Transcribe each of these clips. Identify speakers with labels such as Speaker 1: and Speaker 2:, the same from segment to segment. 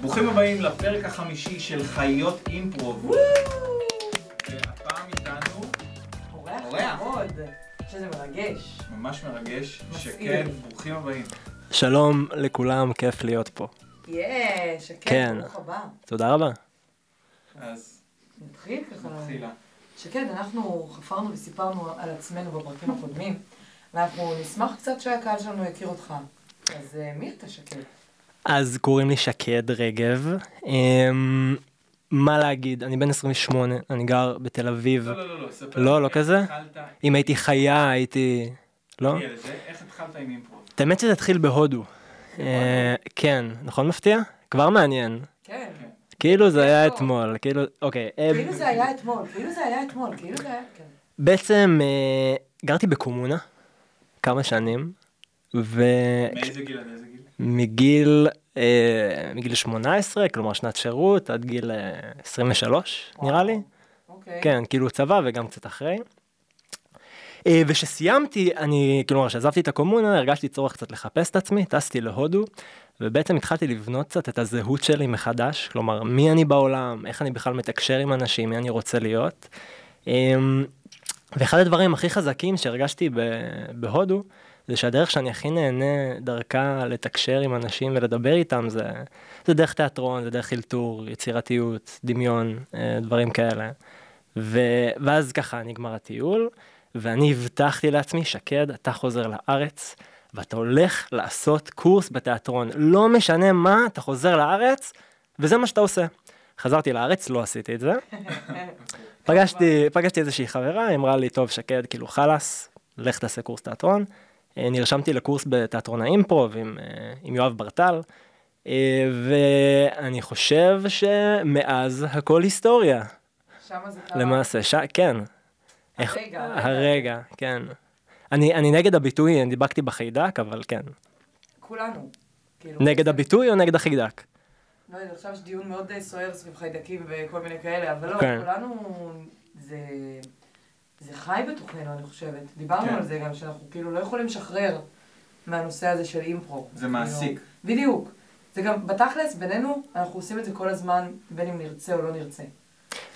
Speaker 1: ברוכים הבאים לפרק החמישי של חיות אימפרוב. והפעם איתנו
Speaker 2: אורח
Speaker 1: אורח.
Speaker 2: כבוד, שזה מרגש.
Speaker 1: ממש מרגש,
Speaker 2: מפעיל.
Speaker 1: שכן, ברוכים הבאים.
Speaker 3: שלום לכולם, כיף להיות פה.
Speaker 2: יאה, שקד,
Speaker 3: כן.
Speaker 2: ברוך הבא.
Speaker 3: תודה רבה.
Speaker 1: אז
Speaker 2: נתחיל ככה.
Speaker 1: מתחילה.
Speaker 2: שקד, אנחנו חפרנו וסיפרנו על עצמנו בפרקים הקודמים, ואנחנו נשמח קצת שהקהל שלנו יכיר אותך. אז אה, מי אתה שקד?
Speaker 3: אז קוראים לי שקד רגב. אמ, מה להגיד, אני בן 28, אני גר בתל אביב.
Speaker 1: לא, לא, לא, לא, ספר.
Speaker 3: לא,
Speaker 1: לי,
Speaker 3: לא
Speaker 1: איך
Speaker 3: כזה?
Speaker 1: התחלת,
Speaker 3: אם הייתי חיה, הייתי... לא?
Speaker 2: כן.
Speaker 1: תגיע לזה, איך התחלת עם אימפרוב?
Speaker 3: את האמת שזה התחיל בהודו. אה, כן, נכון מפתיע? כבר מעניין.
Speaker 2: כן.
Speaker 3: כאילו זה היה
Speaker 2: איפה?
Speaker 3: אתמול, כאילו, אוקיי. אה,
Speaker 2: לא. כאילו זה היה אתמול, כאילו זה היה אתמול, כאילו זה היה... כן.
Speaker 3: בעצם אה, גרתי בקומונה כמה שנים, ו...
Speaker 1: מאיזה גיל עד איזה גיל?
Speaker 3: מגיל אה, מגיל 18 כלומר שנת שירות עד גיל אה, 23
Speaker 2: וואו.
Speaker 3: נראה לי
Speaker 2: אוקיי.
Speaker 3: כן כאילו צבא וגם קצת אחרי. אה, וכשסיימתי אני כלומר כשעזבתי את הקומונה הרגשתי צורך קצת לחפש את עצמי טסתי להודו ובעצם התחלתי לבנות קצת את הזהות שלי מחדש כלומר מי אני בעולם איך אני בכלל מתקשר עם אנשים מי אני רוצה להיות. אה, ואחד הדברים הכי חזקים שהרגשתי ב- בהודו זה שהדרך שאני הכי נהנה דרכה לתקשר עם אנשים ולדבר איתם זה, זה דרך תיאטרון, זה דרך אלתור, יצירתיות, דמיון, אה, דברים כאלה. ו, ואז ככה נגמר הטיול, ואני הבטחתי לעצמי, שקד, אתה חוזר לארץ, ואתה הולך לעשות קורס בתיאטרון. לא משנה מה, אתה חוזר לארץ, וזה מה שאתה עושה. חזרתי לארץ, לא עשיתי את זה. פגשתי, פגשתי איזושהי חברה, היא אמרה לי, טוב, שקד, כאילו, חלאס, לך תעשה קורס תיאטרון. אה, נרשמתי לקורס בתיאטרון האימפרוב עם, אה, עם יואב ברטל, אה, ואני חושב שמאז הכל היסטוריה,
Speaker 2: שמה זה קרה.
Speaker 3: למעשה, ש... כן. איך-
Speaker 2: אה. הרגע, הרגע.
Speaker 3: הרגע, כן. אני, אני נגד הביטוי, אני דיבקתי בחיידק, אבל כן.
Speaker 2: כולנו. כאילו,
Speaker 3: נגד
Speaker 2: זה-
Speaker 3: הביטוי או נגד החיידק?
Speaker 2: לא יודעת, עכשיו יש דיון מאוד אה, סוער סביב חיידקים וכל מיני כאלה, אבל לא,
Speaker 3: כן.
Speaker 2: כולנו, זה, זה חי בתוכנו, אני חושבת. דיברנו
Speaker 1: כן.
Speaker 2: על זה גם, שאנחנו כאילו לא יכולים לשחרר מהנושא הזה של אימפרו.
Speaker 1: זה
Speaker 2: כאילו,
Speaker 1: מעסיק.
Speaker 2: בדיוק. זה גם, בתכלס, בינינו, אנחנו עושים את זה כל הזמן, בין אם נרצה או לא נרצה.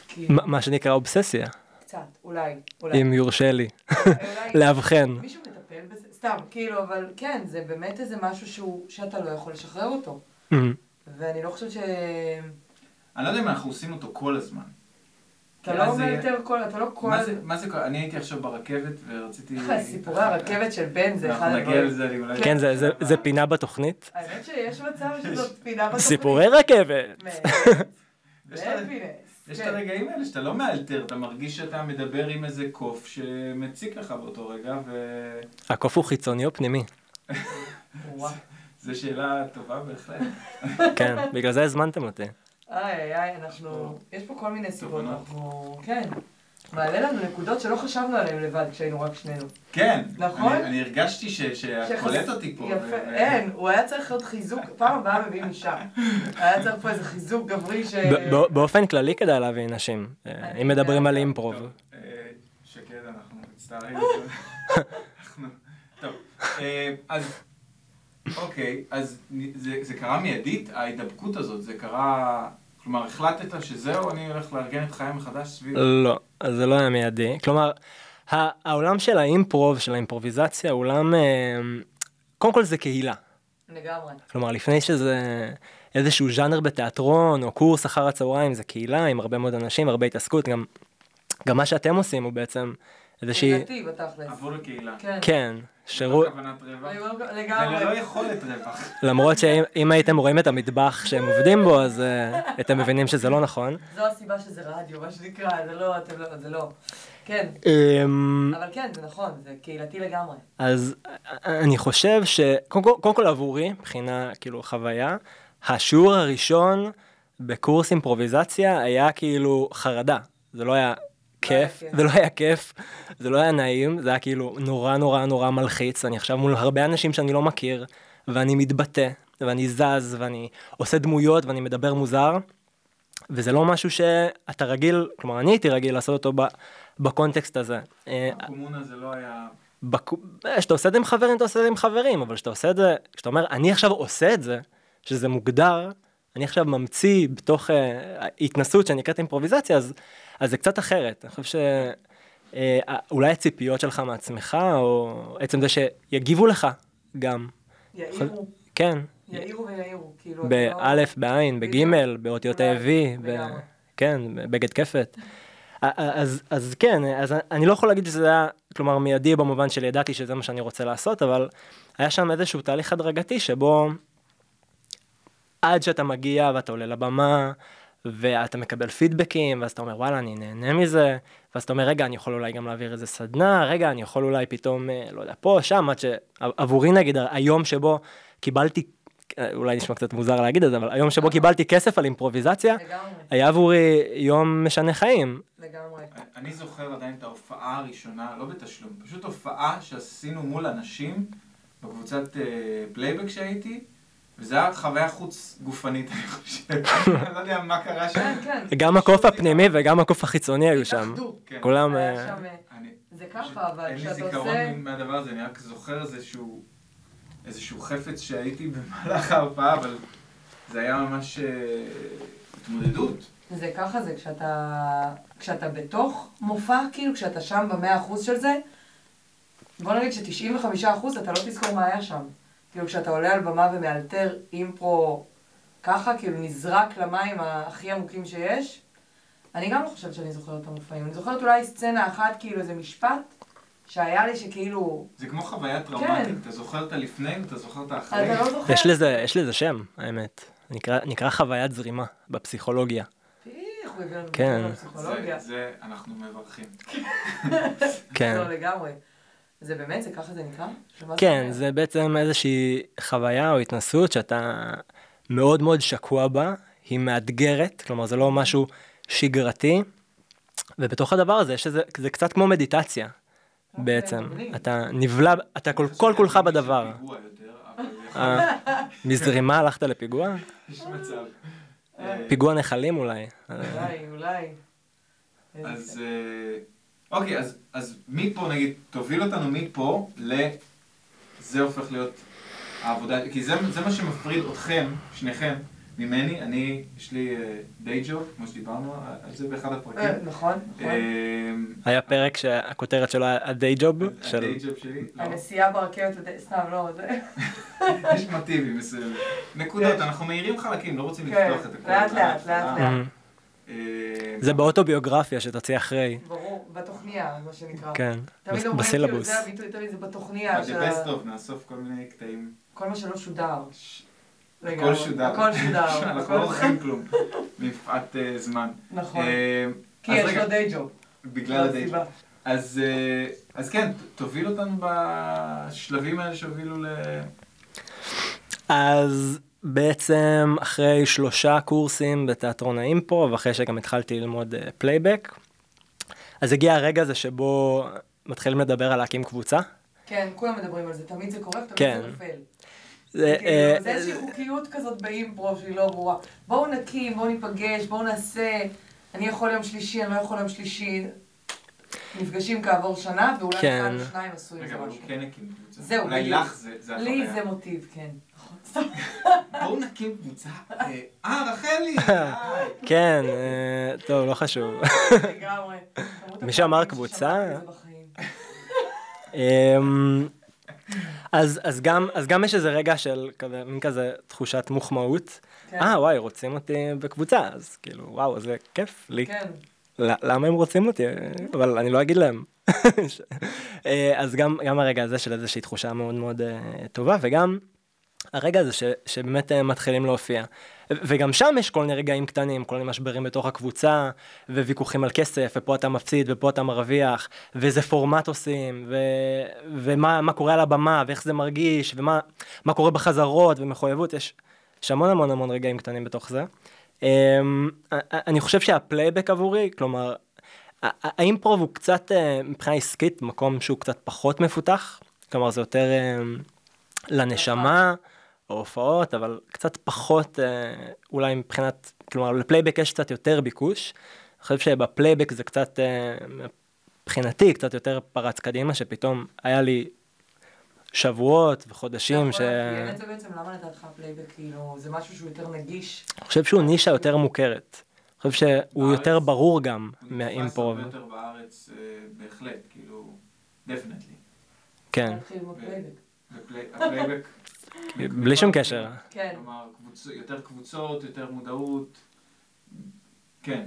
Speaker 2: כי
Speaker 3: מה מה שנקרא אובססיה,
Speaker 2: קצת, אולי, אולי.
Speaker 3: אם יורשה לי,
Speaker 2: אולי
Speaker 3: לאבחן.
Speaker 2: מישהו מטפל בזה? סתם, כאילו, אבל כן, זה באמת איזה משהו שהוא, שאתה לא יכול לשחרר אותו.
Speaker 3: אמ,
Speaker 2: ואני לא חושבת ש...
Speaker 1: אני לא יודע אם אנחנו עושים אותו כל הזמן.
Speaker 2: אתה לא
Speaker 1: אז,
Speaker 2: אומר
Speaker 1: אה,
Speaker 2: יותר כל, אתה לא כל...
Speaker 1: מה זה- מה זה, כל- אני הייתי עכשיו ברכבת ורציתי...
Speaker 2: ככה, סיפורי הרכבת של בן זה אחד
Speaker 1: אנחנו נגיע
Speaker 2: הדברים.
Speaker 1: לזה, אני אולי...
Speaker 3: כן, זה- זה- זה פינה בתוכנית.
Speaker 2: האמת שיש מצב שזאת פינה בתוכנית.
Speaker 3: סיפורי רכבת.
Speaker 2: באמת,
Speaker 1: יש לה-
Speaker 2: בהפינס,
Speaker 1: יש את
Speaker 2: כן.
Speaker 1: הרגעים האלה שאתה לא מאלתר, אתה מרגיש שאתה מדבר עם איזה קוף שמציק לך באותו רגע, וזו
Speaker 3: הקוף הוא חיצוני או פנימי?
Speaker 2: וואו.
Speaker 1: שאלה טובה בהחלט.
Speaker 3: כן, בגלל זה הזמנתם
Speaker 2: אה.
Speaker 3: אותי.
Speaker 2: איי איי, איי, אנחנו... יש פה כל מיני סיבות.
Speaker 1: תובנות.
Speaker 2: אנחנו... כן. מעלה לנו נקודות שלא חשבנו עליהן לבד כשהיינו רק שנינו.
Speaker 1: כן,
Speaker 2: נכון?
Speaker 1: אני, אני הרגשתי ש- שאת
Speaker 2: שחס-
Speaker 1: קולט אותי פה. ו-
Speaker 2: יפה,
Speaker 1: ו-
Speaker 2: אין, הוא היה צריך עוד חיזוק, פעם הבאה מביאים אישה. היה צריך פה איזה חיזוק גברי ש...
Speaker 3: ב- ב- באופן כללי כדאי להביא נשים, אה, אם מדברים על אימפרוב.
Speaker 1: טוב, אה, שקד, אנחנו מצטערים.
Speaker 2: אה!
Speaker 1: אנחנו... טוב, אה, אז... אוקיי, אז נ- זה, זה קרה מיידית, ההידבקות הזאת, זה קרה... כלומר, החלטת שזהו, אני הולך לארגן את חיי מחדש סביב...
Speaker 3: לא, אז זה לא היה מיידי. כלומר, ה- העולם של האימפרוב, של האימפרוביזציה, הוא עולם, אה, קודם כל זה קהילה.
Speaker 2: לגמרי.
Speaker 3: כלומר, לפני שזה איזשהו ז'אנר בתיאטרון או קורס אחר הצהריים, זה קהילה עם הרבה מאוד אנשים, הרבה התעסקות, גם, גם מה שאתם עושים הוא בעצם איזושהי...
Speaker 2: לדעתי, בתכלס.
Speaker 1: עבור לקהילה.
Speaker 2: כן.
Speaker 3: כן,
Speaker 1: שירות...
Speaker 3: שירות,
Speaker 1: כוונת רווח.
Speaker 2: אני אומר-
Speaker 1: זה ללא
Speaker 2: לגמרי.
Speaker 1: יכולת רווח.
Speaker 3: למרות שאם אם הייתם רואים את המטבח שהם עובדים בו, אז אה, הייתם מבינים שזה לא נכון.
Speaker 2: זו הסיבה שזה רדיו, מה שנקרא, זה לא, אתם לא, זה לא. כן,
Speaker 3: אמ,
Speaker 2: אבל כן, זה נכון, זה קהילתי לגמרי.
Speaker 3: אז אה, אני חושב שקודם כל, קודם כל עבורי, מבחינה כאילו חוויה, השיעור הראשון בקורס אימפרוביזציה היה כאילו חרדה. זה לא היה כיף,
Speaker 2: כיף.
Speaker 3: זה לא היה כיף, זה לא היה נעים, זה היה כאילו נורא נורא נורא מלחיץ. אני עכשיו מול הרבה אנשים שאני לא מכיר, ואני מתבטא, ואני זז, ואני עושה דמויות, ואני מדבר מוזר. וזה לא משהו שאתה רגיל, כלומר אני הייתי רגיל לעשות אותו ב- בקונטקסט הזה. אה,
Speaker 1: קומונה זה לא היה...
Speaker 3: בק... אה, כשאתה עושה את זה עם חברים אתה עושה את זה עם חברים אבל כשאתה עושה את זה כשאתה אומר אני עכשיו עושה את זה שזה מוגדר אני עכשיו ממציא בתוך אה, התנסות שנקראת אימפרוביזציה, אז, אז זה קצת אחרת. אני חושב ש... אה, אולי הציפיות שלך מעצמך, או עצם זה שיגיבו לך גם.
Speaker 2: יעירו,
Speaker 3: כן.
Speaker 2: יעירו ויעירו, כאילו... אתה לא-
Speaker 3: באלף, בעין, בגימל, באותיות
Speaker 2: אולי,
Speaker 3: ה-V, ב-
Speaker 2: לגמרי.
Speaker 3: כן, בגד כפת. א- א- אז, אז כן, אז אני לא יכול להגיד שזה היה, כלומר, מיידי במובן של ידעתי שזה מה שאני רוצה לעשות, אבל היה שם איזשהו תהליך הדרגתי שבו עד שאתה מגיע ואתה עולה לבמה, ואתה מקבל פידבקים, ואז אתה אומר, וואלה, אני נהנה מזה, ואז אתה אומר, רגע, אני יכול אולי גם להעביר איזה סדנה, רגע, אני יכול אולי פתאום, אה, לא יודע, פה, שם, עד שעבורי נגיד, היום שבו קיבלתי, אה, אולי נשמע קצת מוזר להגיד את זה, אבל היום שבו קיבלתי כסף על אימפרוביזציה,
Speaker 2: לגמרי,
Speaker 3: היה עבורי יום משנה חיים.
Speaker 2: לגמרי.
Speaker 1: אני זוכר עדיין את ההופעה הראשונה, לא בתשלום, פשוט הופעה שעשינו מול אנשים בקבוצת אה, פלייבק שהייתי, וזה היה חוויה חוץ גופנית, אני חושב. אני לא יודע מה קרה שם.
Speaker 2: כן, כן.
Speaker 3: גם הקוף הפנימי וגם הקוף החיצוני היו שם.
Speaker 2: התאחדו.
Speaker 1: כן.
Speaker 3: כולם...
Speaker 2: היה
Speaker 3: אה,
Speaker 2: שם, אה,
Speaker 1: אני-
Speaker 2: זה
Speaker 1: פשוט
Speaker 2: ככה, אבל
Speaker 1: אין לי
Speaker 2: כשאתה
Speaker 1: זיכרון
Speaker 2: עושה...
Speaker 1: מהדבר הזה, אני רק זוכר איזשהו, איזשהו חפץ שהייתי במהלך ההופעה, אבל זה היה ממש אה, התמודדות.
Speaker 2: זה ככה זה, כשאתה, כשאתה בתוך מופע, כאילו, כשאתה שם במאה אחוז של זה, בוא נגיד ש-95 אחוז אתה לא תזכור מה היה שם. כאילו, כשאתה עולה על במה ומאלתר אימפרו ככה, כאילו נזרק למים הכי עמוקים שיש, אני גם לא חושבת שאני זוכרת את המופעים. אני זוכרת אולי סצנה אחת, כאילו, איזה משפט שהיה לי שכאילו,
Speaker 1: זה כמו חוויה טראומטית,
Speaker 2: כן.
Speaker 1: אתה זוכר את הלפני ואתה זוכר את
Speaker 2: אתה
Speaker 1: האחרי.
Speaker 2: לא זוכר.
Speaker 3: יש לזה, יש לזה שם, האמת. נקרא, נקרא חוויית זרימה בפסיכולוגיה.
Speaker 2: איך הוא הביא לנו
Speaker 3: כן.
Speaker 2: לפסיכולוגיה.
Speaker 1: זה, זה אנחנו מברכים.
Speaker 3: כן.
Speaker 2: לא, לגמרי. זה באמת, זה ככה זה נקרא? שמה
Speaker 3: כן,
Speaker 2: אומר?
Speaker 3: זה בעצם איזושהי חוויה או התנסות שאתה מאוד מאוד שקוע בה, היא מאתגרת, כלומר זה לא משהו שגרתי, ובתוך הדבר הזה יש איזה, זה קצת כמו מדיטציה
Speaker 2: אוקיי,
Speaker 3: בעצם.
Speaker 2: מגניב.
Speaker 3: אתה נבלע, אתה כל כל כולך
Speaker 1: אני חושב
Speaker 3: בדבר.
Speaker 1: שזה פיגוע יותר, אבל יכול להיות
Speaker 3: אה, מזרימה הלכת לפיגוע?
Speaker 1: שיש מצב. אה,
Speaker 3: פיגוע נחלים אולי.
Speaker 2: אולי, אולי. איזה-
Speaker 1: אז אה, אוקיי, אז- אז מפה נגיד, תוביל אותנו מפה ל... זה הופך להיות העבודה, כי זה זה מה שמפריד אתכם, שניכם, ממני. אני, יש לי די ג'וב, כמו שדיברנו על זה באחד
Speaker 2: אה,
Speaker 1: הפרקים. אה,
Speaker 2: נכון, נכון.
Speaker 3: היה פרק שהכותרת שלו היה הדיי ג'וב אה, של...
Speaker 1: הדי ג'וב שלי, לא.
Speaker 2: הנסיעה ברכבת, וזה- סתם, לא, זה...
Speaker 1: יש מטיבים מסוימים. נקודות, אנחנו מהירים חלקים, לא רוצים
Speaker 2: כן,
Speaker 1: לפתוח את הכול.
Speaker 2: לאט, לאט, לאט, לאט.
Speaker 3: Mhm.
Speaker 1: אה,
Speaker 3: זה באוטוביוגרפיה שתוציא אחרי,
Speaker 2: ברור, בתוכניה, מה שנקרא.
Speaker 3: כן,
Speaker 2: תמיד אומרים, כאילו,
Speaker 3: בסילבוס.
Speaker 2: זה הביטוי, תמיד זה בתוכניה,
Speaker 1: אבל
Speaker 2: של
Speaker 1: זה
Speaker 2: ה-
Speaker 1: best of, נאסוף כל מיני קטעים.
Speaker 2: כל מה שלא שודר. לגמרי.
Speaker 1: הכל שודר.
Speaker 2: הכל שודר.
Speaker 1: אנחנו
Speaker 2: הכל-
Speaker 1: לא אורחים כלום, מפאת אה, זמן.
Speaker 2: נכון.
Speaker 1: אה,
Speaker 2: כי
Speaker 1: אז
Speaker 2: יש
Speaker 1: רגע,
Speaker 2: לו די ג'וב.
Speaker 1: בגלל
Speaker 2: זו
Speaker 1: הדייג'וב.
Speaker 2: הסיבה.
Speaker 1: אז אה, אז כן, ת- תוביל אותנו בשלבים האלה שהובילו ל...
Speaker 3: אז בעצם אחרי שלושה קורסים בתיאטרון האימפרו, ואחרי שגם התחלתי ללמוד אה, פלייבק, אז הגיע הרגע הזה שבו מתחילים לדבר על להקים קבוצה.
Speaker 2: כן, כולם מדברים על זה, תמיד זה קורה,
Speaker 3: כן.
Speaker 2: ותמיד זה נופל.
Speaker 3: זה, אה,
Speaker 2: כאילו, זה איזושהי חוקיות כזאת באימפרו שהיא לא ברורה. בואו נקים, בואו ניפגש, בואו נעשה, אני יכול יום שלישי, אני לא יכול יום שלישי. נפגשים כעבור שנה, ואולי
Speaker 3: כן.
Speaker 2: אחד או שניים עשו עם
Speaker 1: רגע,
Speaker 2: זה
Speaker 1: אבל הוא
Speaker 2: משהו.
Speaker 1: כן הקים קבוצה.
Speaker 2: זהו,
Speaker 1: אולי
Speaker 2: בדיוק.
Speaker 1: לך זה זה
Speaker 2: לי
Speaker 1: החוויה.
Speaker 2: זה מוטיב, כן. נכון, סתם.
Speaker 1: בואו נקים קבוצה. אה, אה, רחלי! אה,
Speaker 3: כן, אה, טוב, לא חשוב.
Speaker 2: לגמרי. למרות
Speaker 3: מי שאמר
Speaker 2: הפעמים
Speaker 3: קבוצה-
Speaker 2: ששמעתי את זה בחיים.
Speaker 3: אמ, אז, אז, גם, אז גם יש איזה רגע של כזה, מין כזה תחושת מוחמאות.
Speaker 2: כן.
Speaker 3: אה, וואי, רוצים אותי בקבוצה, אז כאילו, וואו, זה כיף לי.
Speaker 2: כן,
Speaker 3: ל- למה הם רוצים אותי? אבל אני לא אגיד להם. אה, אז גם, גם הרגע הזה של איזושהי תחושה מאוד מאוד אה, טובה, וגם הרגע הזה ש, שבאמת אה, מתחילים להופיע. ו- וגם שם יש כל מיני רגעים קטנים, כל מיני משברים בתוך הקבוצה, וויכוחים על כסף, ופה אתה מפסיד, ופה אתה מרוויח, ואיזה פורמט עושים, ו, ומה מה קורה על הבמה, ואיך זה מרגיש, ומה מה קורה בחזרות, ומחויבות, יש, יש המון המון המון רגעים קטנים בתוך זה. אמ, א- א- אני חושב שהפלייבק עבורי, כלומר, ה- ה- האימפרוב הוא קצת אה, מבחינה עסקית מקום שהוא קצת פחות מפותח, כלומר זה יותר אמ, לנשמה או הופעות, אבל קצת פחות אה, אולי מבחינת, כלומר לפלייבק יש קצת יותר ביקוש. אני חושב שבפלייבק זה קצת, אה, מבחינתי, קצת יותר פרץ קדימה, שפתאום היה לי שבועות וחודשים ש...
Speaker 2: אתה יכול לאפיין את זה בעצם, למה לדעתך הפלייבק, כאילו, זה משהו שהוא יותר נגיש?
Speaker 3: אני חושב שהוא נישה יותר מוכרת. אני חושב שהוא
Speaker 1: בארץ?
Speaker 3: יותר ברור גם
Speaker 1: אה, הוא נתפס
Speaker 3: מהאימפרוב.
Speaker 1: הרבה יותר בארץ, אה, בהחלט, כאילו, definitely.
Speaker 3: כן,
Speaker 2: להתחיל עם הפלייבק.
Speaker 1: ופלי- הפלייבק...
Speaker 3: בלי שום קשר.
Speaker 2: כן.
Speaker 1: כלומר, קבוצ- יותר קבוצות, יותר מודעות. כן,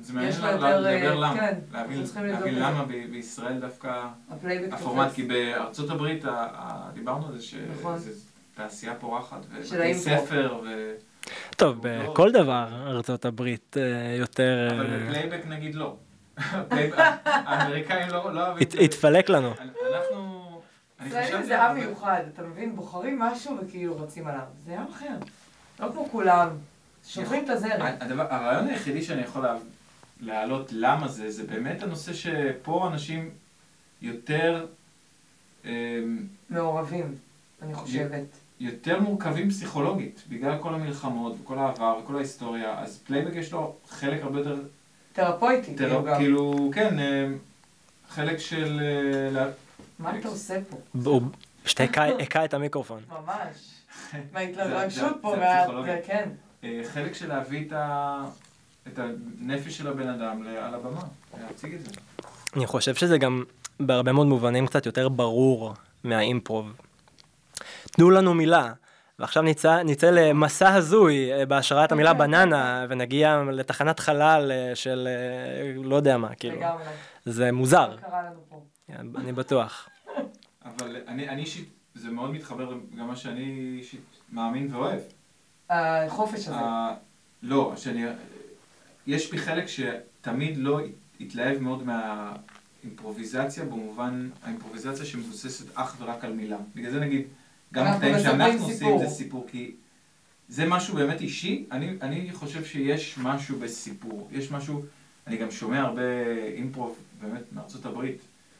Speaker 1: זה
Speaker 2: יש
Speaker 1: מעניין
Speaker 2: לה
Speaker 1: לה-
Speaker 2: יותר,
Speaker 1: לדבר
Speaker 2: אה,
Speaker 1: למה.
Speaker 2: כן,
Speaker 1: להבין
Speaker 2: אנחנו צריכים
Speaker 1: להבין
Speaker 2: לבדוק את זה.
Speaker 1: למה ב- בישראל דווקא
Speaker 2: הפלייבק
Speaker 1: הפורמט, כי
Speaker 2: תופס.
Speaker 1: בארצות הברית ה- ה- דיברנו על זה
Speaker 2: נכון.
Speaker 1: שזה תעשייה פורחת,
Speaker 2: של
Speaker 1: ובתי
Speaker 2: האימפרו.
Speaker 1: ספר, ו-
Speaker 3: טוב,
Speaker 1: לא.
Speaker 3: בכל דבר ארצות הברית אה, יותר...
Speaker 1: אבל
Speaker 3: אה,
Speaker 1: בפלייבק נגיד לא. הפלייבק- האמריקאים לא לא אוהבים...
Speaker 3: הת- התפלק לנו.
Speaker 1: אנחנו... אני
Speaker 2: ישראלים
Speaker 1: חשבתי
Speaker 2: זה
Speaker 1: על
Speaker 2: עם מיוחד, אתה מבין? בוחרים משהו וכאילו רצים עליו. זה עם אחר. לא כמו כולם. שופכים את הזרם.
Speaker 1: כן, הדבר, הרעיון היחידי שאני יכול לה- להעלות למה זה, זה באמת הנושא שפה אנשים יותר, אמ,
Speaker 2: מעורבים, אני חושבת.
Speaker 1: יותר מורכבים פסיכולוגית, בגלל כל המלחמות וכל העבר וכל ההיסטוריה, אז פלייבק יש לו חלק הרבה יותר,
Speaker 2: תרפויטי, כאילו
Speaker 1: יותר
Speaker 2: גם.
Speaker 1: כאילו, כן, אמ, חלק של... אה, לה-
Speaker 2: מה אתה עושה פה?
Speaker 3: הוא פשוט הכה- הכה את המיקרופון.
Speaker 2: ממש.
Speaker 1: זה-
Speaker 2: מההתרגשות
Speaker 1: זה-
Speaker 2: פה,
Speaker 1: זה
Speaker 2: מה-
Speaker 1: הפסיכולוגיה.
Speaker 2: זה- כן.
Speaker 1: אה, חלק של להביא את ה... את הנפש של הבן אדם ל- על הבמה, להציג את זה.
Speaker 3: אני חושב שזה גם בהרבה מאוד מובנים קצת יותר ברור מהאימפרוב. תנו לנו מילה, ועכשיו נצא, נצא למסע הזוי אה, בהשראת המילה בננה, ונגיע לתחנת חלל אה, של אה, לא יודע מה, כאילו. אה.
Speaker 2: לגמרי. אוקיי.
Speaker 3: זה מוזר,
Speaker 2: מה קרה לנו פה?
Speaker 3: אני בטוח.
Speaker 1: אבל אני אני אישית, זה מאוד מתחבר גם מה שאני אישית מאמין ואוהב.
Speaker 2: החופש הזה.
Speaker 1: ה- לא, שאני... יש בי חלק שתמיד לא התלהב מאוד מהאימפרוביזציה, במובן האימפרוביזציה שמבוססת אך ורק על מילה. בגלל זה נגיד, גם
Speaker 2: אנחנו
Speaker 1: הקטעים
Speaker 2: מספרים
Speaker 1: שאנחנו עושים
Speaker 2: סיפור.
Speaker 1: זה סיפור, כי זה משהו באמת אישי. אני, אני חושב שיש משהו בסיפור. יש משהו, אני גם שומע הרבה אימפרוב, באמת, מארצות הברית,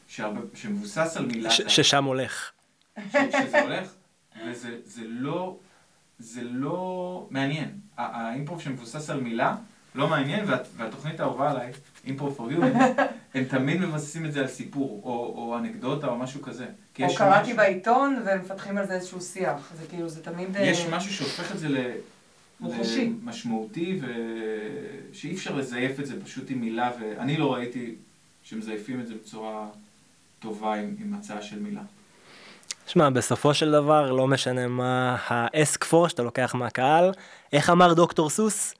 Speaker 1: שהרבה, שמבוסס על מילה.
Speaker 3: ש- ששם הולך.
Speaker 1: ש- שזה הולך, וזה זה לא, זה לא מעניין. ה- האימפרוב שמבוסס על מילה, לא מעניין, וה, והתוכנית האהובה עליי, אימפרוב פור יו, הם תמיד מבססים את זה על סיפור, או, או אנקדוטה, או משהו כזה. כי
Speaker 2: או
Speaker 1: יש
Speaker 2: קראתי
Speaker 1: משהו-
Speaker 2: בעיתון והם מפתחים על זה איזשהו שיח. זה כאילו, זה תמיד... אה,
Speaker 1: יש משהו שהופך את זה ל...
Speaker 2: מוחשי.
Speaker 1: משמעותי, ושאי אפשר לזייף את זה פשוט עם מילה, ואני לא ראיתי שמזייפים את זה בצורה טובה עם, עם הצעה של מילה.
Speaker 2: אוקיי.
Speaker 3: שמע, בסופו של דבר, לא משנה מה האסקפור שאתה לוקח מהקהל, איך אמר דוקטור סוס?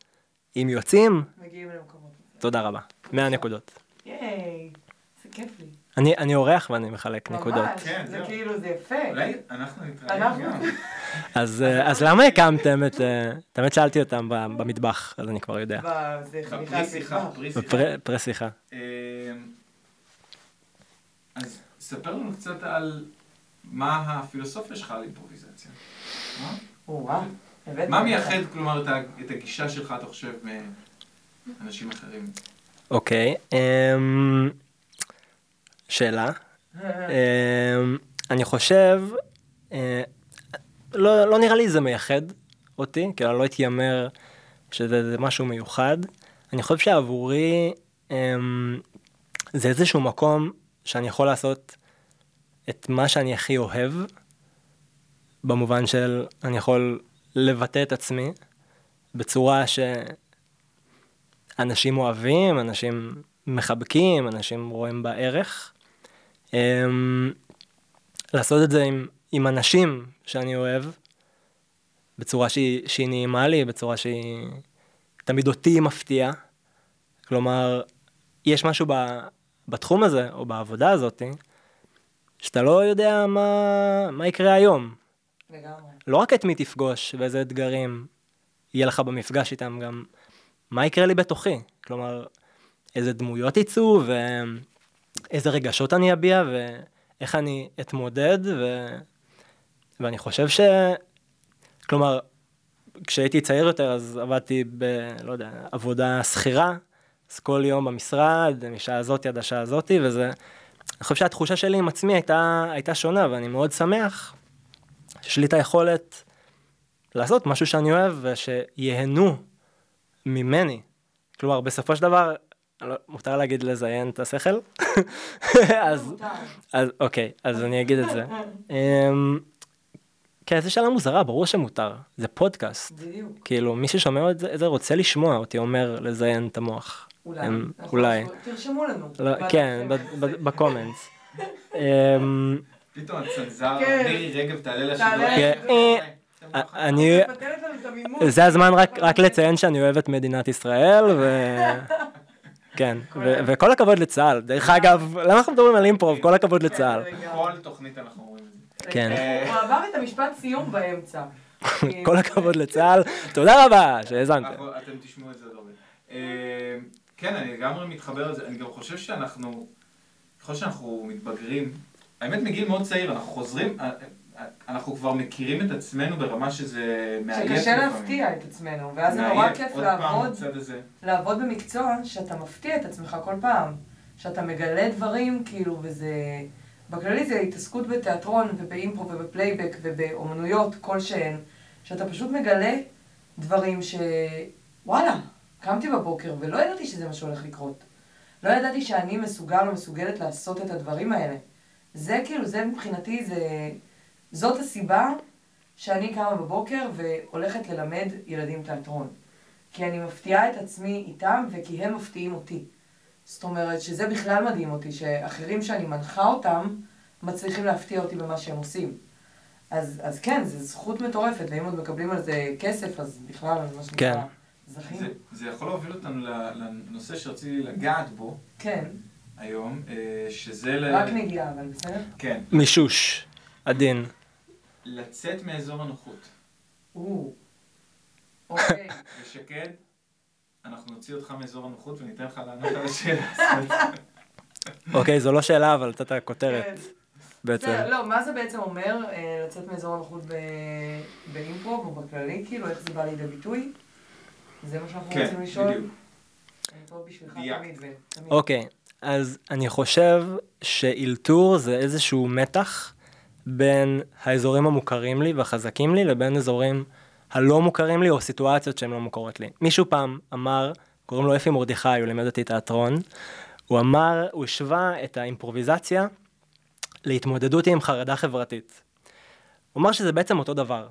Speaker 3: אם יוצאים,
Speaker 2: מגיעים למקומות.
Speaker 3: תודה רבה. 100 נקודות.
Speaker 2: ייי, זה כיף לי.
Speaker 3: אני, אני אורח ואני מחלק נקודות.
Speaker 2: ממש,
Speaker 1: כן,
Speaker 2: זה
Speaker 1: זהו.
Speaker 2: כאילו, זה יפה.
Speaker 1: אולי אנחנו נתראיין
Speaker 2: אנחנו-
Speaker 1: גם.
Speaker 3: אז, אה, אז למה הקמתם את... אה, את האמת שאלתי אותם ב- במטבח, אז אני כבר יודע.
Speaker 2: וואו, זה חניכה
Speaker 1: בפרי שיחה,
Speaker 2: סיפור.
Speaker 1: פרי שיחה.
Speaker 3: בפרה- פרה שיחה.
Speaker 1: אמ, אז ספר לנו קצת על מה הפילוסופיה שלך על אימפרוביזציה. מה-
Speaker 2: או-אה, הבאת
Speaker 1: מה
Speaker 2: לי.
Speaker 1: מייחד, כלומר, את ה- את הגישה שלך, אתה חושב, מאנשים אחרים?
Speaker 3: אוקיי. אמ, שאלה. אמ, אני חושב, אה, לא, לא נראה לי זה מייחד אותי, כאילו אני לא אתיימר שזה זה משהו מיוחד. אני חושב שעבורי אמ, זה איזשהו מקום שאני יכול לעשות את מה שאני הכי אוהב, במובן של אני יכול לבטא את עצמי בצורה שאנשים אוהבים, אנשים מחבקים, אנשים רואים בה ערך. אמ, לעשות את זה עם, עם אנשים שאני אוהב, בצורה שהיא, שהיא נעימה לי, בצורה שהיא תמיד אותי מפתיעה. כלומר, יש משהו ב, בתחום הזה, או בעבודה הזאת, שאתה לא יודע מה, מה יקרה היום.
Speaker 2: לגמרי.
Speaker 3: לא רק את מי תפגוש ואיזה אתגרים יהיה לך במפגש איתם, גם מה יקרה לי בתוכי. כלומר, איזה דמויות יצאו, ואיזה רגשות אני אביע, ואיך אני אתמודד, ו... ואני חושב ש... כלומר, כשהייתי צעיר יותר אז עבדתי ב... לא יודע, עבודה שכירה, אז כל יום במשרד, משעה זאתי עד השעה זאתי, וזה... אני חושב שהתחושה שלי עם עצמי הייתה, הייתה שונה, ואני מאוד שמח שיש לי את היכולת לעשות משהו שאני אוהב ושיהנו ממני. כלומר, בסופו של דבר, לא, מותר להגיד לזיין את השכל? אז,
Speaker 2: מותר.
Speaker 3: אז אוקיי, אז אני אגיד את זה. אמ, כן, זו שאלה מוזרה, ברור שמותר, זה פודקאסט.
Speaker 2: בדיוק.
Speaker 3: כאילו, מי ששומע את זה- את זה רוצה לשמוע אותי אומר לזיין את המוח.
Speaker 2: אולי.
Speaker 3: אמ,
Speaker 2: אנחנו
Speaker 3: אולי.
Speaker 2: נשמע- תרשמו לנו.
Speaker 3: לא, כן, ב- ב- בקומנטס. אמ,
Speaker 1: פתאום הצנזר,
Speaker 2: כן.
Speaker 1: מירי רגב תעלה
Speaker 2: תעלה.
Speaker 1: לשידור.
Speaker 3: כן.
Speaker 1: אתם לא
Speaker 3: א-
Speaker 1: אכלתם.
Speaker 3: אני,
Speaker 2: מבטלת לנו את המימון.
Speaker 3: זה הזמן רק, רק לציין שאני אוהב את מדינת ישראל, ו... כן, ו- וכל הכבוד לצה"ל. דרך אגב, למה אנחנו מדברים על אימפרוב? כל הכבוד לצה"ל.
Speaker 1: כל תוכנית אנחנו אומרים את זה.
Speaker 3: כן.
Speaker 2: אה, הוא עבר את המשפט סיום באמצע.
Speaker 3: כל הכבוד לצה"ל, תודה רבה שהאזנתם.
Speaker 1: אבל אתם תשמעו את זה עוד הרבה. אה, כן, אני לגמרי מתחבר לזה. אני גם חושב שאנחנו, ככל שאנחנו מתבגרים, האמת מגיל מאוד צעיר, אנחנו חוזרים, אה, אה, אנחנו כבר מכירים את עצמנו ברמה שזה מעייף
Speaker 2: שקשה להפתיע את עצמנו, ואז זה נורא
Speaker 1: מעייף.
Speaker 2: כיף
Speaker 1: עוד פעם
Speaker 2: לעבוד,
Speaker 1: הצד הזה.
Speaker 2: לעבוד במקצוע שאתה מפתיע את עצמך כל פעם. שאתה מגלה דברים, כאילו, וזה... בכללי זה התעסקות בתיאטרון ובאימפרו ובפלייבק ובאומנויות כלשהן, שאתה פשוט מגלה דברים ש... וואלה, קמתי בבוקר ולא ידעתי שזה מה שהולך לקרות. לא ידעתי שאני מסוגל או מסוגלת לעשות את הדברים האלה. זה כאילו, זה מבחינתי, זה... זאת הסיבה שאני קמה בבוקר והולכת ללמד ילדים תיאטרון. כי אני מפתיעה את עצמי איתם וכי הם מפתיעים אותי. זאת אומרת שזה בכלל מדהים אותי, שאחרים שאני מנחה אותם מצליחים להפתיע אותי במה שהם עושים. אז, אז כן, זו זכות מטורפת, ואם עוד מקבלים על זה כסף, אז בכלל, מה שנקרא,
Speaker 3: כן.
Speaker 2: זכינו.
Speaker 1: זה- זה יכול להוביל אותנו ל- לנושא שרציתי לגעת בו
Speaker 2: כן,
Speaker 1: היום, אה, שזה... ל-
Speaker 2: רק נגיעה, אבל בסדר?
Speaker 1: כן,
Speaker 3: מישוש, עדין.
Speaker 1: לצאת מאזור הנוחות.
Speaker 2: או. אוקיי.
Speaker 1: ושקד, אנחנו נוציא אותך מאזור הנוחות וניתן לך לענות על השאלה הזאת.
Speaker 3: אוקיי, זו לא שאלה, אבל נתת כותרת
Speaker 2: כן.
Speaker 3: בעצם.
Speaker 2: בסדר, לא, מה זה בעצם אומר אה, לצאת מאזור הנוחות ב- באימפרוב או בכללי, כאילו, איך זה בא לידי ביטוי? זה מה שאנחנו
Speaker 1: כן,
Speaker 2: רוצים לשאול?
Speaker 1: בדיוק.
Speaker 2: אני פה בשבילך
Speaker 1: דייקת.
Speaker 2: תמיד, בן, תמיד.
Speaker 3: אוקיי, אז אני חושב שאילתור זה איזשהו מתח בין האזורים המוכרים לי והחזקים לי לבין אזורים הלא מוכרים לי או סיטואציות שהן לא מוכרות לי. מישהו פעם אמר, קוראים לו אפי מרדכי, הוא לימד אותי תיאטרון, הוא אמר, הוא השווה את האימפרוביזציה להתמודדות עם חרדה חברתית. הוא אמר שזה בעצם אותו דבר.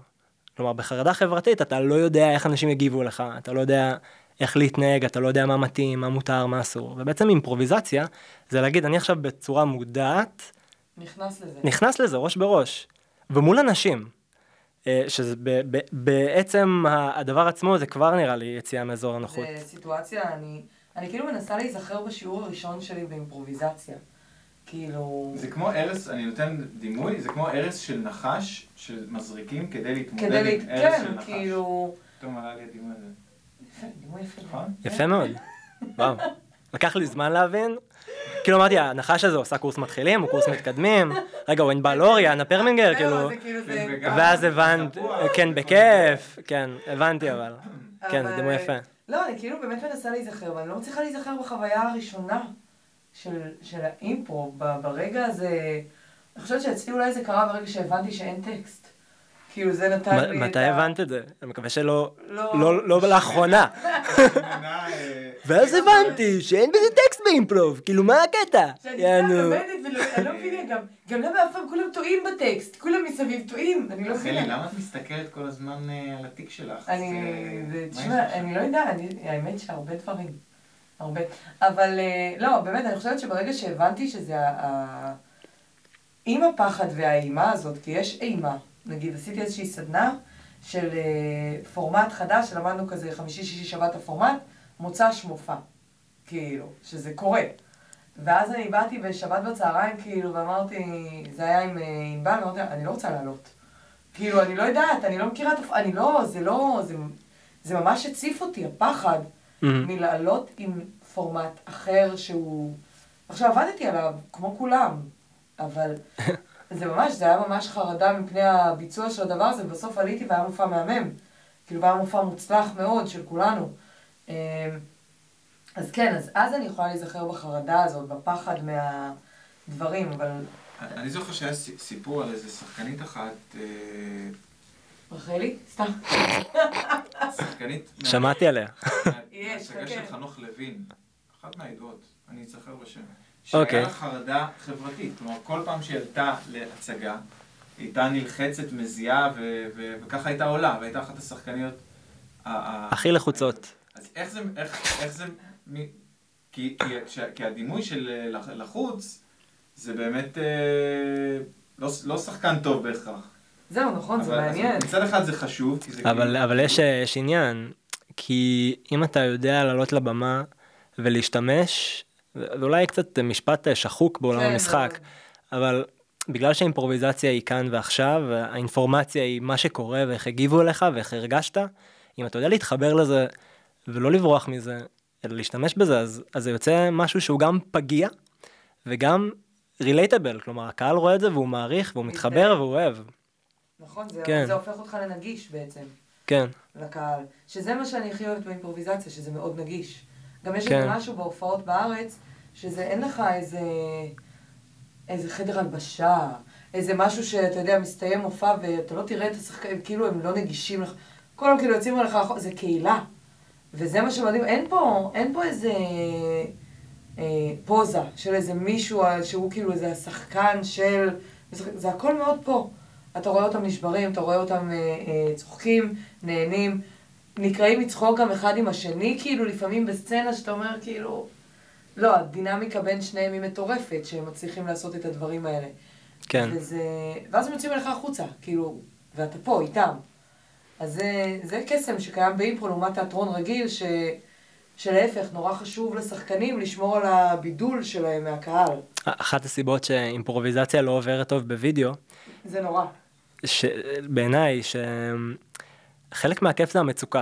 Speaker 3: כלומר, בחרדה חברתית אתה לא יודע איך אנשים יגיבו לך, אתה לא יודע איך להתנהג, אתה לא יודע מה מתאים, מה מותר, מה אסור. ובעצם אימפרוביזציה זה להגיד, אני עכשיו בצורה מודעת,
Speaker 2: נכנס לזה.
Speaker 3: נכנס לזה ראש בראש, ומול אנשים. אה, שזה ב- ב- בעצם ה- הדבר עצמו זה כבר נראה לי יציאה מאזור
Speaker 1: נכון.
Speaker 3: הנוחות.
Speaker 2: זה סיטואציה, אני, אני כאילו מנסה להיזכר בשיעור הראשון שלי באימפרוביזציה. כאילו...
Speaker 1: זה כמו ארס, אני נותן דימוי, זה כמו ארס של נחש שמזריקים כדי להתמודד
Speaker 2: כדי
Speaker 1: עם ארס של
Speaker 2: להתקן,
Speaker 1: נחש.
Speaker 2: כאילו...
Speaker 1: פתאום עלה לי הדימוי הזה,
Speaker 2: יפה, דימוי יפה.
Speaker 1: נכון?
Speaker 3: יפה מאוד. וואו. לקח לי זמן להבין. כאילו אמרתי, הנחש הזה עושה קורס מתחילים, הוא קורס מתקדמים. רגע, הוא ענבל אורי, אנה פרמינגר,
Speaker 2: זהו,
Speaker 3: כאילו.
Speaker 2: זה כאילו
Speaker 1: כן,
Speaker 2: זה...
Speaker 1: וגם-
Speaker 3: ואז הבנת,
Speaker 1: תפוח,
Speaker 3: כן,
Speaker 1: וכל
Speaker 3: בכיף, כן, הבנתי אבל. כן, זה
Speaker 2: אבל-
Speaker 3: דימוי יפה.
Speaker 2: לא, אני כאילו באמת מנסה להיזכר, ואני לא מצליחה להיזכר בחוויה הראשונה של, של האימפרו, ב- ברגע הזה... אני חושבת שאצלי אולי זה קרה ברגע שהבנתי שאין טקסט. כאילו זה נתן לי
Speaker 3: מ-
Speaker 2: את
Speaker 3: מתי
Speaker 2: ה-
Speaker 3: הבנת את זה? אני מקווה שלא,
Speaker 2: לא.
Speaker 3: לא לא לאחרונה.
Speaker 1: תמונה, אה,
Speaker 3: ואז
Speaker 2: לא.
Speaker 3: הבנתי שאין בזה טקסט באימפרוב, כאילו מה הקטע?
Speaker 2: שאני סתם
Speaker 3: יענו.
Speaker 2: לומדת, ולא- אני לא מבינה גם, גם למה אף פעם כולם טועים בטקסט, כולם מסביב טועים, אני לא
Speaker 1: רחלי,
Speaker 2: מבינה.
Speaker 1: למה את מסתכלת כל הזמן אה, על התיק שלך?
Speaker 2: אני,
Speaker 1: זה-
Speaker 2: זה-
Speaker 1: מה יש לך
Speaker 2: תשמע, אני לא יודעת, אני- האמת שהרבה דברים, הרבה, אבל אה, לא, באמת, אני חושבת שברגע שהבנתי שזה ה- ה... עם הפחד והאימה הזאת, כי יש אימה, נגיד, עשיתי איזושהי סדנה של אה, פורמט חדש, שלמדנו כזה חמישי, שישי, שבת הפורמט, מוצ"ש מופע, כאילו, שזה קורה. ואז אני באתי בשבת בצהריים, כאילו, ואמרתי, זה היה עם אה, ענבל, אמרתי, לה, אני לא רוצה לעלות. כאילו, אני לא יודעת, אני לא מכירה את הפ... אני לא, זה לא, זה, זה ממש הציף אותי, הפחד
Speaker 3: אמ,
Speaker 2: מלעלות עם פורמט אחר שהוא... עכשיו, עבדתי עליו, כמו כולם, אבל זה ממש, זה היה ממש חרדה מפני הביצוע של הדבר הזה, ובסוף עליתי והיה מופע מהמם. כאילו, והיה מופע מוצלח מאוד של כולנו. אמ, אז כן, אז, אז אני יכולה להיזכר בחרדה הזאת, בפחד מהדברים, אבל...
Speaker 1: אני זוכר שהיה סי- סיפור על איזה שחקנית אחת, אה,
Speaker 2: רחלי? סתם.
Speaker 1: שחקנית...
Speaker 3: שמעתי עליה.
Speaker 1: מה-
Speaker 2: יש,
Speaker 1: מההצגה
Speaker 2: חכה.
Speaker 1: של חנוך לוין. אחת אחת מהעדות, אני אצחר בשם,
Speaker 3: אוקיי.
Speaker 1: שהיה לה חרדה חברתית. כלומר, כל פעם שהיא עלתה להצגה, היא הייתה נלחצת, מזיעה, ו- ו- וככה הייתה עולה, והייתה אחת השחקניות... ה- ה-
Speaker 3: הכי לחוצות.
Speaker 1: אז איך זה, איך, איך זה, מ... כי, כי, כש- כי הדימוי של אה, לח- לחוץ, זה באמת אה, לא, לא שחקן טוב בהכרח.
Speaker 2: זהו, נכון, זה
Speaker 1: אבל- אז
Speaker 2: מעניין.
Speaker 1: מצד אחד זה חשוב, כי זה
Speaker 3: אבל,
Speaker 1: כאילו-
Speaker 3: אבל יש, יש עניין, כי אם אתה יודע לעלות לבמה ולהשתמש, זה אולי קצת משפט שחוק בעולם
Speaker 2: כן,
Speaker 3: המשחק, אבל בגלל שהאימפרוביזציה היא כאן ועכשיו, האינפורמציה היא מה שקורה ואיך הגיבו אליך ואיך הרגשת, אם אתה יודע להתחבר לזה ולא לברוח מזה, אלא להשתמש בזה, אז, אז זה יוצא משהו שהוא גם פגיע וגם רילייטבל, כלומר הקהל רואה את זה והוא מעריך והוא
Speaker 2: מזדהה.
Speaker 3: מתחבר והוא אוהב,
Speaker 2: נכון, זה,
Speaker 3: כן.
Speaker 2: זה הופך אותך לנגיש בעצם,
Speaker 3: כן.
Speaker 2: לקהל. שזה מה שאני הכי אוהבת באימפרוביזציה, שזה מאוד נגיש. גם יש
Speaker 3: כן.
Speaker 2: איזה משהו בהופעות בארץ, שזה אין לך איזה, איזה חדר הלבשה, איזה משהו שאתה יודע, מסתיים מופע ואתה לא תראה את השחקנים, כאילו הם לא נגישים לך. כולם כאילו יוצאים לך, אחורה, זה קהילה. וזה מה שמדהים, אין פה, אין פה איזה אה, פוזה של איזה מישהו אה, שהוא כאילו איזה השחקן של... זה הכל מאוד פה. אתה רואה אותם נשברים, אתה רואה אותם אה, אה, צוחקים, נהנים, נקרעים מצחוק גם אחד עם השני, כאילו לפעמים בסצנה שאתה אומר כאילו... לא, הדינמיקה בין שניהם היא מטורפת, שהם מצליחים לעשות את הדברים האלה.
Speaker 3: כן.
Speaker 2: וזה... ואז הם יוצאים אליך החוצה, כאילו, ואתה פה, איתם. אז זה, זה קסם שקיים באימפרו לעומת תיאטרון רגיל, ש... שלהפך, נורא חשוב לשחקנים לשמור על הבידול שלהם מהקהל.
Speaker 3: אחת הסיבות שאימפרוביזציה לא עוברת טוב בווידאו,
Speaker 2: זה נורא.
Speaker 3: שבעיניי, שחלק מהכיף זה המצוקה.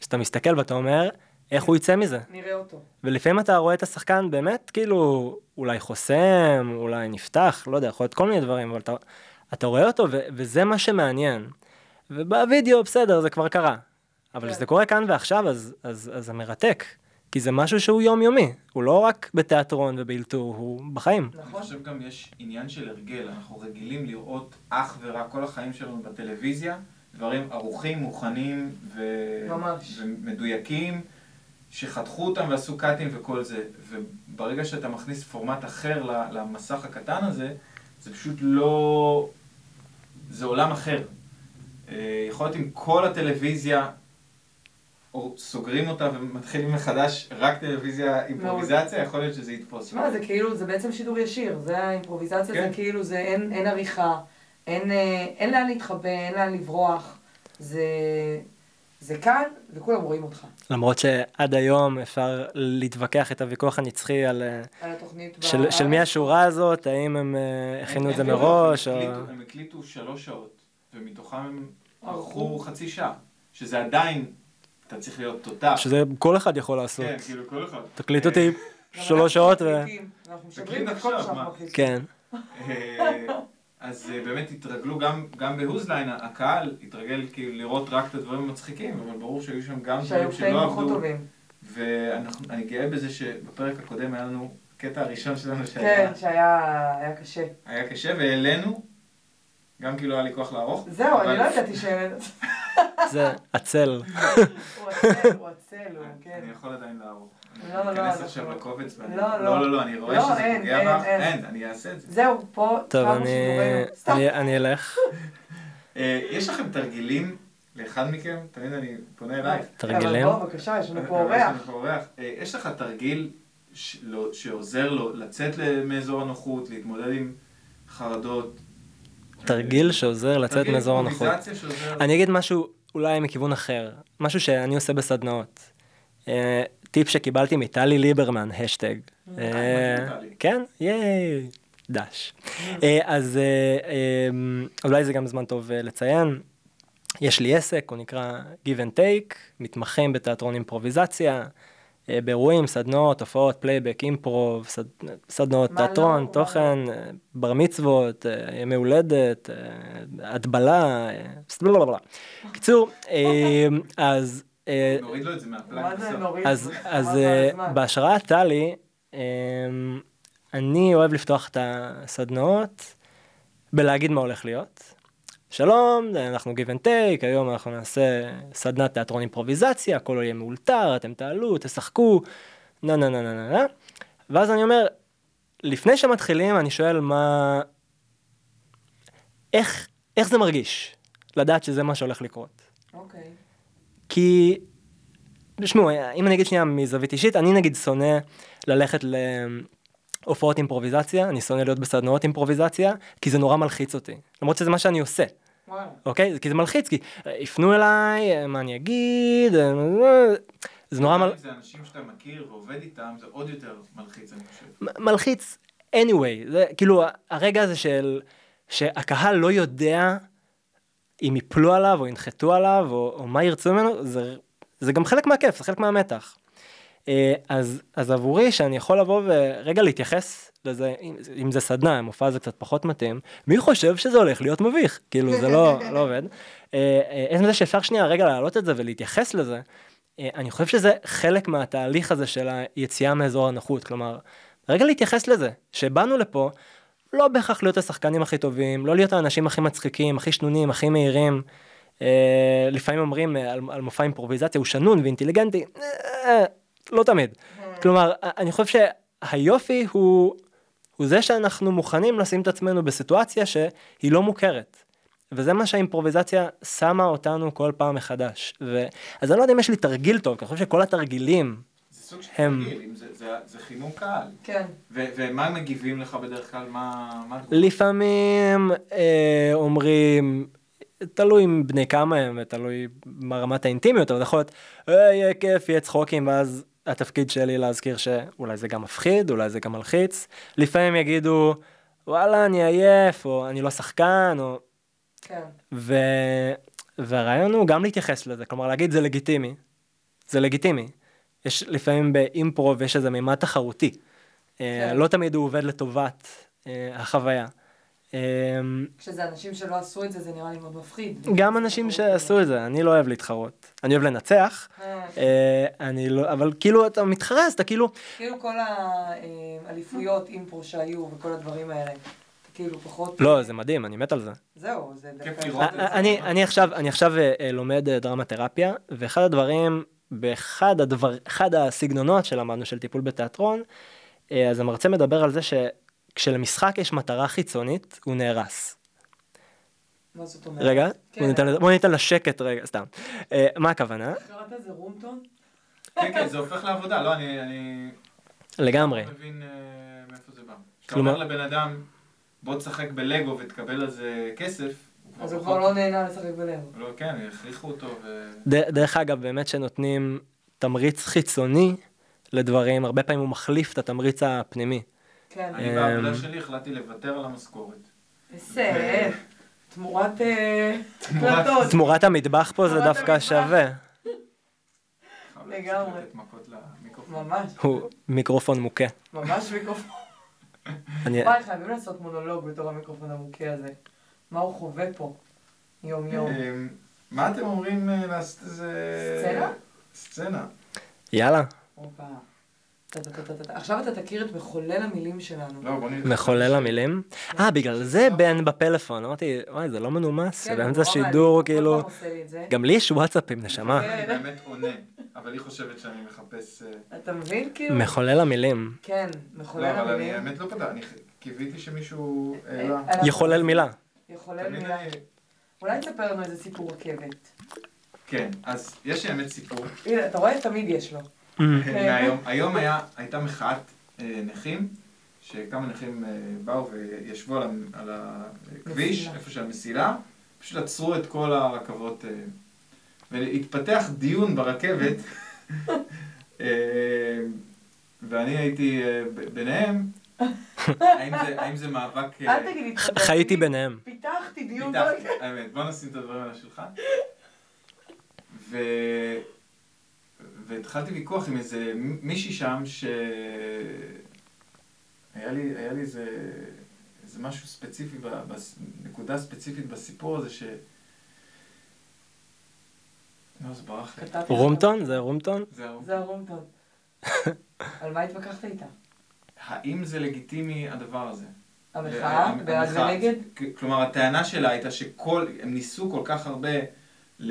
Speaker 3: כשאתה מסתכל ואתה אומר, איך הוא יצא מזה?
Speaker 2: נראה אותו.
Speaker 3: ולפעמים אתה רואה את השחקן באמת, כאילו, אולי חוסם, אולי נפתח, לא יודע, יכול להיות כל מיני דברים, אבל אתה, אתה רואה אותו ו- וזה מה שמעניין. ובווידאו, בסדר, זה כבר קרה. אבל
Speaker 2: כן.
Speaker 3: כשזה קורה כאן ועכשיו, אז, אז, אז זה מרתק. כי זה משהו שהוא יומיומי, הוא לא רק בתיאטרון ובאלתור, הוא בחיים.
Speaker 1: אני
Speaker 2: נכון?
Speaker 1: חושב גם יש עניין של הרגל, אנחנו רגילים לראות אך ורק כל החיים שלנו בטלוויזיה, דברים ערוכים, מוכנים ו...
Speaker 2: ממש.
Speaker 1: ומדויקים, שחתכו אותם ועשו קאטים וכל זה, וברגע שאתה מכניס פורמט אחר ל- למסך הקטן הזה, זה פשוט לא... זה עולם אחר. אה, יכול להיות אם כל הטלוויזיה, או סוגרים אותה ומתחילים מחדש רק טלוויזיה אימפרוביזציה, יכול להיות שזה יתפוס.
Speaker 2: תשמע, זה כאילו, זה בעצם שידור ישיר, זה האימפרוביזציה,
Speaker 1: כן.
Speaker 2: זה כאילו, זה אין, אין עריכה, אין, אה, אין לאן להתחבא, אין לאן לברוח, זה, זה כאן, וכולם רואים אותך.
Speaker 3: למרות שעד היום אפשר להתווכח את הוויכוח הנצחי על אה,
Speaker 2: על התוכנית
Speaker 3: של, של מי השורה הזאת, האם הם אה, הכינו את זה
Speaker 1: הם- הם-
Speaker 3: מראש,
Speaker 1: הם
Speaker 3: או...
Speaker 1: הקליטו- הם הקליטו שלוש שעות, ומתוכם הם ערכו
Speaker 2: ערכו.
Speaker 1: חצי שעה, שזה עדיין, אתה צריך להיות תותח.
Speaker 3: שזה כל אחד יכול לעשות.
Speaker 1: כן, כאילו כל אחד.
Speaker 3: תקליט אותי שלוש שעות ו...
Speaker 2: אנחנו
Speaker 1: תקליט
Speaker 2: משדרים את
Speaker 1: עכשיו,
Speaker 2: כל מה שאנחנו
Speaker 1: מה?
Speaker 2: מחליטים.
Speaker 3: כן,
Speaker 1: אה, אז אה, באמת התרגלו גם, גם בהוזליין, הקהל התרגל כאילו לראות רק את הדברים המצחיקים, אבל ברור שהיו שם גם
Speaker 2: שהיו
Speaker 1: דברים
Speaker 2: קטעים
Speaker 1: שלא
Speaker 2: פחות
Speaker 1: עבדו.
Speaker 2: טובים.
Speaker 1: ואני גאה בזה שבפרק הקודם היה לנו, הקטע הראשון שלנו שהיה
Speaker 2: כן, שהיה היה קשה.
Speaker 1: היה קשה, והעלינו, גם כי לא היה לי כוח לערוך.
Speaker 2: זהו,
Speaker 1: אבל-
Speaker 2: אני לא ידעתי ש...
Speaker 3: זה עצל.
Speaker 2: הוא עצל, הוא עצל, הוא, כן.
Speaker 1: אני יכול עדיין לערוך.
Speaker 2: לא, לא,
Speaker 1: אני אכנס
Speaker 2: לא,
Speaker 1: עכשיו
Speaker 2: אנחנו-
Speaker 1: לקובץ ואני...
Speaker 2: לא, לא.
Speaker 1: לא, לא, לא, אני רואה
Speaker 2: לא,
Speaker 1: שזה
Speaker 2: אין,
Speaker 1: פוגע
Speaker 2: אין,
Speaker 1: בך.
Speaker 2: אין.
Speaker 1: אין, אני אעשה את זה.
Speaker 2: זהו, פה,
Speaker 3: טוב,
Speaker 2: שמו
Speaker 3: אני,
Speaker 2: שידורנו. סתם.
Speaker 3: אני, אני אלך.
Speaker 1: אה, יש לכם תרגילים לאחד מכם? תמיד אני
Speaker 2: לא.
Speaker 1: פונה אלייך.
Speaker 3: תרגילים.
Speaker 2: אבל בוא, בבקשה, יש לנו פה
Speaker 1: יש
Speaker 2: אורח.
Speaker 1: לנו פה אורח. אה, יש לך תרגיל ש- לא- שעוזר לו לצאת ל- מאזור הנוחות, להתמודד עם חרדות? אה,
Speaker 3: תרגיל שעוזר לצאת
Speaker 1: תרגיל
Speaker 3: מאזור הנוחות.
Speaker 1: אימפרוביזציה שעוזר לו.
Speaker 3: אני אגיד משהו אולי מכיוון אחר, משהו שאני עושה בסדנאות. אה, טיפ שקיבלתי מטלי ליברמן, השטג. אה,
Speaker 1: מכיר טלי.
Speaker 3: כן, ייי, דש. אה, אז אה, אה, אולי זה גם זמן טוב אה, לציין. יש לי עסק, הוא נקרא Give and Take, מתמחים בתיאטרון אימפרוביזציה, אה, באירועים, סדנאות, הופעות, פלייבק, אימפרוב, סד... סדנאות
Speaker 2: מה
Speaker 3: תיאטרון,
Speaker 2: לא?
Speaker 3: תוכן, אה, בר מצוות, אה, ימי הולדת, אה, הטבלה, אה, סבלבלבלה. קיצור, אה, אז... אה,
Speaker 1: נוריד לו את זה מהפלאג
Speaker 2: מה זה
Speaker 1: בסוף.
Speaker 2: נוריד?
Speaker 3: אז,
Speaker 2: חבל
Speaker 3: אז
Speaker 2: על
Speaker 3: אה,
Speaker 2: הזמן.
Speaker 3: בהשראת טלי, אמ, אני אוהב לפתוח את הסדנאות בלהגיד מה הולך להיות. שלום, אנחנו give and take, היום אנחנו נעשה סדנת תיאטרון אימפרוביזציה, הכל יהיה מאולתר, אתם תעלו, תשחקו, נה נה נה נה נה נה. ואז אני אומר, לפני שמתחילים אני שואל מה... איך, איך זה מרגיש לדעת שזה מה שהולך לקרות?
Speaker 2: אוקיי.
Speaker 3: כי, תשמעו, אם אני אגיד שנייה מזווית אישית, אני נגיד שונא ללכת להופעות אימפרוביזציה, אני שונא להיות בסדנאות אימפרוביזציה, כי זה נורא מלחיץ אותי. למרות שזה מה שאני עושה.
Speaker 2: וואלה.
Speaker 3: אוקיי? כי זה מלחיץ, כי אה, יפנו אליי, אה, מה אני אגיד, אה, אה, זה נורא מל...
Speaker 1: אם זה אנשים שאתה מכיר ועובד איתם, זה עוד יותר מלחיץ, אני חושב.
Speaker 3: מ- מלחיץ anyway, זה כאילו ה- הרגע הזה של, שהקהל לא יודע אם יפלו עליו או ינחתו עליו או, או מה ירצו ממנו, זה, זה גם חלק מהכיף, זה חלק מהמתח. אה, אז, אז עבורי שאני יכול לבוא ורגע להתייחס לזה, אם, אם זה סדנה, מופע זה קצת פחות מתאים, מי חושב שזה הולך להיות מביך? כאילו זה לא, לא עובד. אה, אה, עצם זה שאפשר שנייה רגע להעלות את זה ולהתייחס לזה, אה, אני חושב שזה חלק מהתהליך הזה של היציאה מאזור הנוחות, כלומר, רגע להתייחס לזה, שבאנו לפה, לא בהכרח להיות השחקנים הכי טובים, לא להיות האנשים הכי מצחיקים, הכי שנונים, הכי מהירים. אה, לפעמים אומרים אה, על, על מופע אימפרוביזציה, הוא שנון ואינטליגנטי, אה, אה, לא תמיד. כלומר, א- אני חושב שהיופי הוא, הוא זה שאנחנו מוכנים לשים את עצמנו בסיטואציה שהיא לא מוכרת. וזה מה שהאימפרוביזציה שמה אותנו כל פעם מחדש. ו... אז אני לא יודע אם יש לי תרגיל טוב, כי אני חושב שכל התרגילים
Speaker 1: זה סוג של
Speaker 3: הם-
Speaker 1: תרגיל, אם זה- זה- זה חימום קהל.
Speaker 2: כן.
Speaker 1: ו- ומה הם מגיבים לך בדרך כלל? מה... מה התגובה?
Speaker 3: לפעמים אה, אומרים, תלוי עם בני כמה הם ותלוי מה רמת האינטימיות, אבל זה יכול להיות, "אה, יהיה כיף, יהיה צחוקים, ואז התפקיד שלי להזכיר שאולי זה גם מפחיד, אולי זה גם מלחיץ. לפעמים יגידו, וואלה, אני עייף, או אני לא שחקן, או...
Speaker 2: כן.
Speaker 3: ו... והרעיון הוא גם להתייחס לזה, כלומר להגיד זה לגיטימי. זה לגיטימי. יש לפעמים באימפרוב יש איזה מימד תחרותי. כן.
Speaker 2: כן.
Speaker 3: לא תמיד הוא עובד לטובת אה, החוויה. אה,
Speaker 2: כשזה אנשים שלא עשו את זה, זה נראה לי מאוד מפחיד.
Speaker 3: גם אנשים שעשו את זה, אני לא אוהב להתחרות. אני אוהב לנצח,
Speaker 2: אה,
Speaker 3: אה, אני לא, אבל כאילו אתה מתחרה, אז אתה כאילו,
Speaker 2: כאילו כל האליפויות אימפרו שהיו וכל הדברים האלה. אתה כאילו פחות...
Speaker 3: לא, זה מדהים, אני מת על זה.
Speaker 2: זהו, זה
Speaker 1: כיף
Speaker 2: דווקא...
Speaker 1: לראות את זה.
Speaker 3: אה, אני, אני עכשיו, אני עכשיו אה, אה, לומד אה, דרמה תרפיה, ואחד הדברים, באחד הדבר, אחד הסגנונות שלמדנו של טיפול בתיאטרון, אה, אז המרצה מדבר על זה שכשלמשחק יש מטרה חיצונית, הוא נהרס.
Speaker 2: מה זאת אומרת?
Speaker 3: אה, רגע,
Speaker 2: כן.
Speaker 3: בוא ניתן לזה- בוא ניתן לה שקט רגע, סתם. אה, מה הכוונה?
Speaker 2: קראת לזה רומטון?
Speaker 1: כן, כן, זה הופך לעבודה, לא, אני... אני
Speaker 3: לגמרי.
Speaker 1: לא מבין אה, מאיפה זה בא. כשאתה
Speaker 3: כלומר-
Speaker 1: אומר לבן אדם, בוא תשחק בלגו ותקבל על זה כסף, הוא
Speaker 2: אז הוא כבר
Speaker 1: פחות-
Speaker 2: לא נהנה לשחק בלב.
Speaker 1: לא, כן, הכריחו אותו ו...
Speaker 3: ד- דרך אגב, באמת שנותנים תמריץ חיצוני לדברים, הרבה פעמים הוא מחליף את התמריץ הפנימי. אמ.
Speaker 2: כן.
Speaker 1: אני בעבודה שלי החלטתי לוותר על המשכורת.
Speaker 2: איזה... תמורת... אה,
Speaker 1: תמורת-
Speaker 2: הקלטות.
Speaker 3: תמורת המטבח פה זה
Speaker 2: תמורת
Speaker 3: דווקא
Speaker 2: המטבח.
Speaker 3: שווה.
Speaker 1: חייב להפסיק
Speaker 2: לגמרי.
Speaker 1: לתת מכות למיקרופון.
Speaker 2: ממש,
Speaker 3: הוא מיקרופון מוכה.
Speaker 2: ממש מיקרופון.
Speaker 3: אני...
Speaker 2: וואי, חייבים לעשות מונולוג בתור המיקרופון המוכה הזה. מה הוא חווה פה? יום יום.
Speaker 1: אמ, מה אתם אומרים אה, לעשות איזה...
Speaker 2: סצנה?
Speaker 1: סצנה.
Speaker 3: יאללה,
Speaker 2: הופה. טה-טה-טה-טה-טה. עכשיו אתה תכיר את מחולל המילים שלנו. כן,
Speaker 1: לא, בוא נראה.
Speaker 3: מחולל המילים. אה, בגלל זה בן בפלאפון, אמרתי, וואי, זה לא מנומס,
Speaker 2: כן, נכון,
Speaker 3: זה באמצע
Speaker 2: הוא נורא
Speaker 3: שידור,
Speaker 2: מעליב, הוא כל
Speaker 3: כאילו.
Speaker 2: פעם עושה לי את זה.
Speaker 3: גם לי יש וואטסאפים, נשמה.
Speaker 1: אני באמת עונה, אבל היא חושבת שאני מחפש... אה,
Speaker 2: אתה מבין? כאילו...
Speaker 3: מחולל המילים.
Speaker 2: כן, מחולל
Speaker 1: לא, אבל אני אה, לא.
Speaker 2: המילים. אה,
Speaker 1: באמת לא פתח, אני קיוויתי שמישהו העלה.
Speaker 2: אנחנו-
Speaker 3: יחולל מילה.
Speaker 2: יחולל
Speaker 1: תמיד
Speaker 2: מילה.
Speaker 1: אני-
Speaker 2: אולי תספר לנו איזה סיפור רכבת.
Speaker 1: כן, אז יש לי האמת סיפור.
Speaker 2: הנה, אתה רואה? תמיד יש לו. כן.
Speaker 1: מהיום. היום היה- הייתה מחאת אה, נכים, שכמה נכים אה, באו וישבו על ה- על הכביש,
Speaker 2: מסילה.
Speaker 1: איפה שהמסילה, פשוט עצרו את כל הרכבות. אה, והתפתח דיון ברכבת, אה, ואני הייתי אה, ב- ביניהם, האם זה- האם זה מאבק... אה,
Speaker 2: אל תגיד לי...
Speaker 3: ח- חייתי ביניהם.
Speaker 2: פיתחתי דיון. לא
Speaker 1: פיתחתי, האמת, בוא נשים את הדברים על השולחן. ו... והתחלתי ויכוח עם איזה מ- מישהי שם, ש... היה לי, היה לי איזה, איזה משהו ספציפי, ב- בס- נקודה ספציפית בסיפור הזה, ש... לא, זה ברח לי.
Speaker 2: קטעתי לך.
Speaker 3: רומטון? זה רומטון?
Speaker 1: זהו.
Speaker 2: זה הרומטון. על מה התווכחת איתה?
Speaker 1: האם זה לגיטימי הדבר הזה?
Speaker 2: המחאה? בעד
Speaker 1: אה, המחאה.
Speaker 2: ונגד?
Speaker 1: כ- כלומר, הטענה שלה הייתה שכל, הם ניסו כל כך הרבה ל-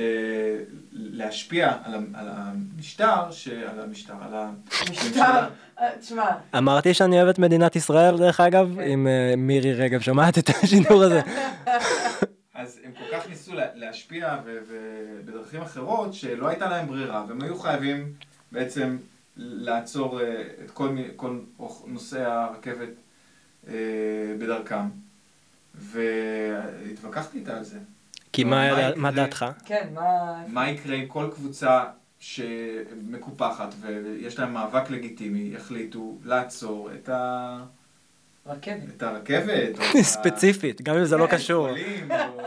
Speaker 1: להשפיע על ה- על המשטר, ש- על המשטר, על ה...
Speaker 2: משטר, אה, תשמע,
Speaker 3: אמרתי שאני אוהב את מדינת ישראל, דרך אגב,
Speaker 2: כן.
Speaker 3: אם אה, מירי רגב שומעת את השידור הזה.
Speaker 1: אז הם כל כך ניסו לה- להשפיע ו- ו- בדרכים אחרות, שלא הייתה להם ברירה, והם היו חייבים בעצם לעצור אה, את כל, מי- כל אוכ- נוסעי הרכבת אה, בדרכם. והתווכחתי איתה על זה.
Speaker 3: כי מה
Speaker 1: מה
Speaker 3: היה-
Speaker 1: יקרה?
Speaker 3: מה דעתך?
Speaker 2: כן, מה...
Speaker 1: מה יקרה אם כל קבוצה שמקופחת ויש להם מאבק לגיטימי, יחליטו לעצור את, ה...
Speaker 2: רכבת.
Speaker 1: את הרכבת? או את ה-
Speaker 3: ספציפית, גם אם זה לא
Speaker 1: כן,
Speaker 3: קשור.
Speaker 1: חולים, או-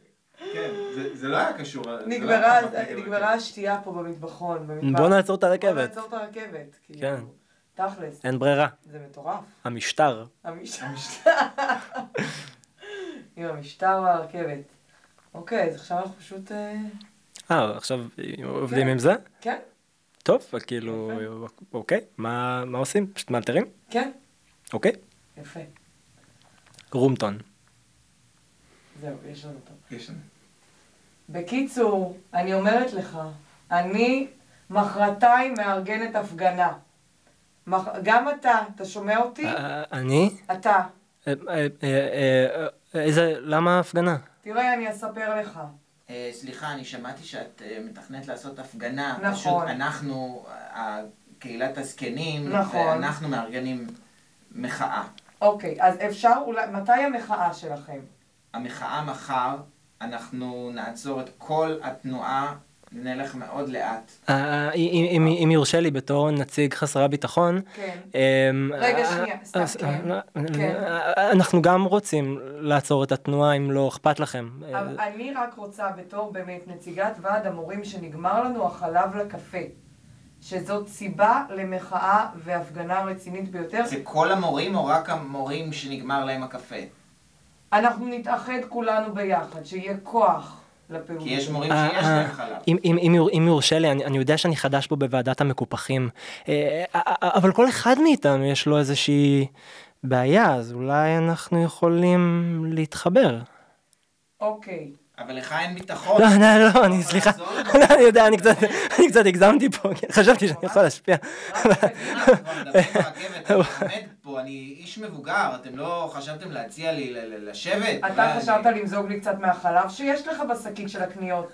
Speaker 1: כן, זה- זה לא היה קשור. זה לא היה
Speaker 2: נגמרה-
Speaker 1: מאבק נגד
Speaker 2: נגמרה השתייה פה במטבחון. במטבח.
Speaker 3: בוא נעצור את
Speaker 2: בוא
Speaker 3: הרכבת.
Speaker 2: נעצור את הרכבת. כאילו.
Speaker 3: כן.
Speaker 2: תכלס,
Speaker 3: אין ברירה.
Speaker 2: זה מטורף.
Speaker 3: המשטר.
Speaker 2: המשטר,
Speaker 1: המשטר.
Speaker 2: עם המשטר והרכבת. אוקיי, אז עכשיו אנחנו פשוט... אה,
Speaker 3: אה, עכשיו עובדים
Speaker 2: כן.
Speaker 3: עם זה?
Speaker 2: כן,
Speaker 3: טוב, אבל כאילו, אוקיי, מה מה עושים? פשוט מאלתרים?
Speaker 2: כן.
Speaker 3: אוקיי.
Speaker 2: יפה.
Speaker 3: רומטון.
Speaker 2: זהו, יש לנו אותו.
Speaker 1: יש לנו.
Speaker 2: בקיצור, אני אומרת לך, אני מחרתיים מארגנת הפגנה. מח... גם אתה, אתה שומע אותי?
Speaker 3: אה, אני?
Speaker 2: אתה.
Speaker 3: אה, אה, אה, אה, איזה, למה הפגנה?
Speaker 2: תראה, אני אספר לך.
Speaker 4: אה, סליחה, אני שמעתי שאת אה, מתכננת לעשות הפגנה.
Speaker 2: נכון.
Speaker 4: פשוט אנחנו, אה, קהילת הזקנים,
Speaker 2: נכון.
Speaker 4: ואנחנו מארגנים מחאה.
Speaker 2: אוקיי, אז אפשר אולי... מתי המחאה שלכם?
Speaker 4: המחאה מחר, אנחנו נעצור את כל התנועה, נלך מאוד לאט.
Speaker 3: אה, אם- אם- אם יורשה לי בתור נציג חסרי הביטחון,
Speaker 2: כן.
Speaker 3: אמ,
Speaker 2: רגע,
Speaker 3: אה,
Speaker 2: שנייה, סתם,
Speaker 3: אז, אה,
Speaker 2: כן.
Speaker 3: לא,
Speaker 2: כן.
Speaker 3: אה, אנחנו גם רוצים לעצור את התנועה אם לא אכפת לכם. אה,
Speaker 2: אבל אני רק רוצה בתור באמת נציגת ועד המורים שנגמר לנו החלב לקפה, שזאת סיבה למחאה והפגנה רצינית ביותר.
Speaker 4: זה כל המורים או רק המורים שנגמר להם הקפה?
Speaker 2: אנחנו נתאחד כולנו ביחד, שיהיה כוח לפעולה.
Speaker 4: כי יש מורים
Speaker 3: אה,
Speaker 4: שיש
Speaker 3: אה,
Speaker 4: להם חלב.
Speaker 3: אם- אם- אם יור- אם יורשה לי, אני אני יודע שאני חדש פה בוועדת המקופחים, אה, אה, אה, אבל כל אחד מאיתנו יש לו איזושהי בעיה, אז אולי אנחנו יכולים להתחבר.
Speaker 2: אוקיי.
Speaker 4: אבל לך אין ביטחון.
Speaker 3: לא, לא, לא, אני, סליחה,
Speaker 4: לעזור לך.
Speaker 3: לא, אני יודע, אני קצת, אני קצת הגזמתי פה, כן, חשבתי שאני יכול להשפיע.
Speaker 4: אנחנו כבר מדברים ברכבת, אני עומד פה, אני איש מבוגר, אתם לא חשבתם להציע לי ל- ל- לשבת?
Speaker 2: אתה
Speaker 4: אולי אני-
Speaker 2: חשבת למזוג לי קצת מהחלב שיש לך בשקיק של הקניות.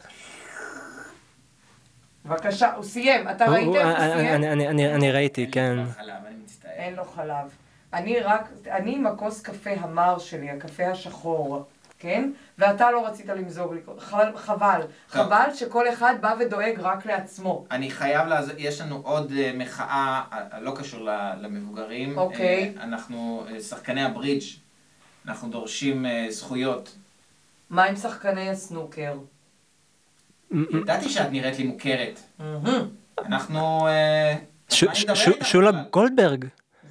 Speaker 2: בבקשה, הוא סיים. אתה ראית?
Speaker 3: הוא-
Speaker 2: הוא
Speaker 3: אני-
Speaker 2: סיים.
Speaker 3: אה, אני- אני- אני- אני ראיתי,
Speaker 4: אין לי
Speaker 3: כן.
Speaker 4: כבר חלב, אני מצטער.
Speaker 2: אין לו חלב. אני רק, אני עם הכוס קפה המר שלי, הקפה השחור, כן? ואתה לא רצית למזוג לי, חבל, חבל.
Speaker 3: אה.
Speaker 2: חבל שכל אחד בא ודואג רק לעצמו.
Speaker 4: אני חייב לעזור, יש לנו עוד אה, מחאה, אה, לא קשור ל- למבוגרים.
Speaker 2: אוקיי.
Speaker 4: אה, אנחנו, אה, שחקני הברידג', אנחנו דורשים אה, זכויות.
Speaker 3: Mm-hmm.
Speaker 2: מה עם שחקני הסנוקר?
Speaker 4: ידעתי שאת נראית לי מוכרת. אנחנו... אה,
Speaker 3: ש-
Speaker 4: מה אני
Speaker 3: ש-
Speaker 4: מדבר
Speaker 3: ש-
Speaker 4: איתך
Speaker 3: שולה
Speaker 4: בכלל?
Speaker 3: גולדברג,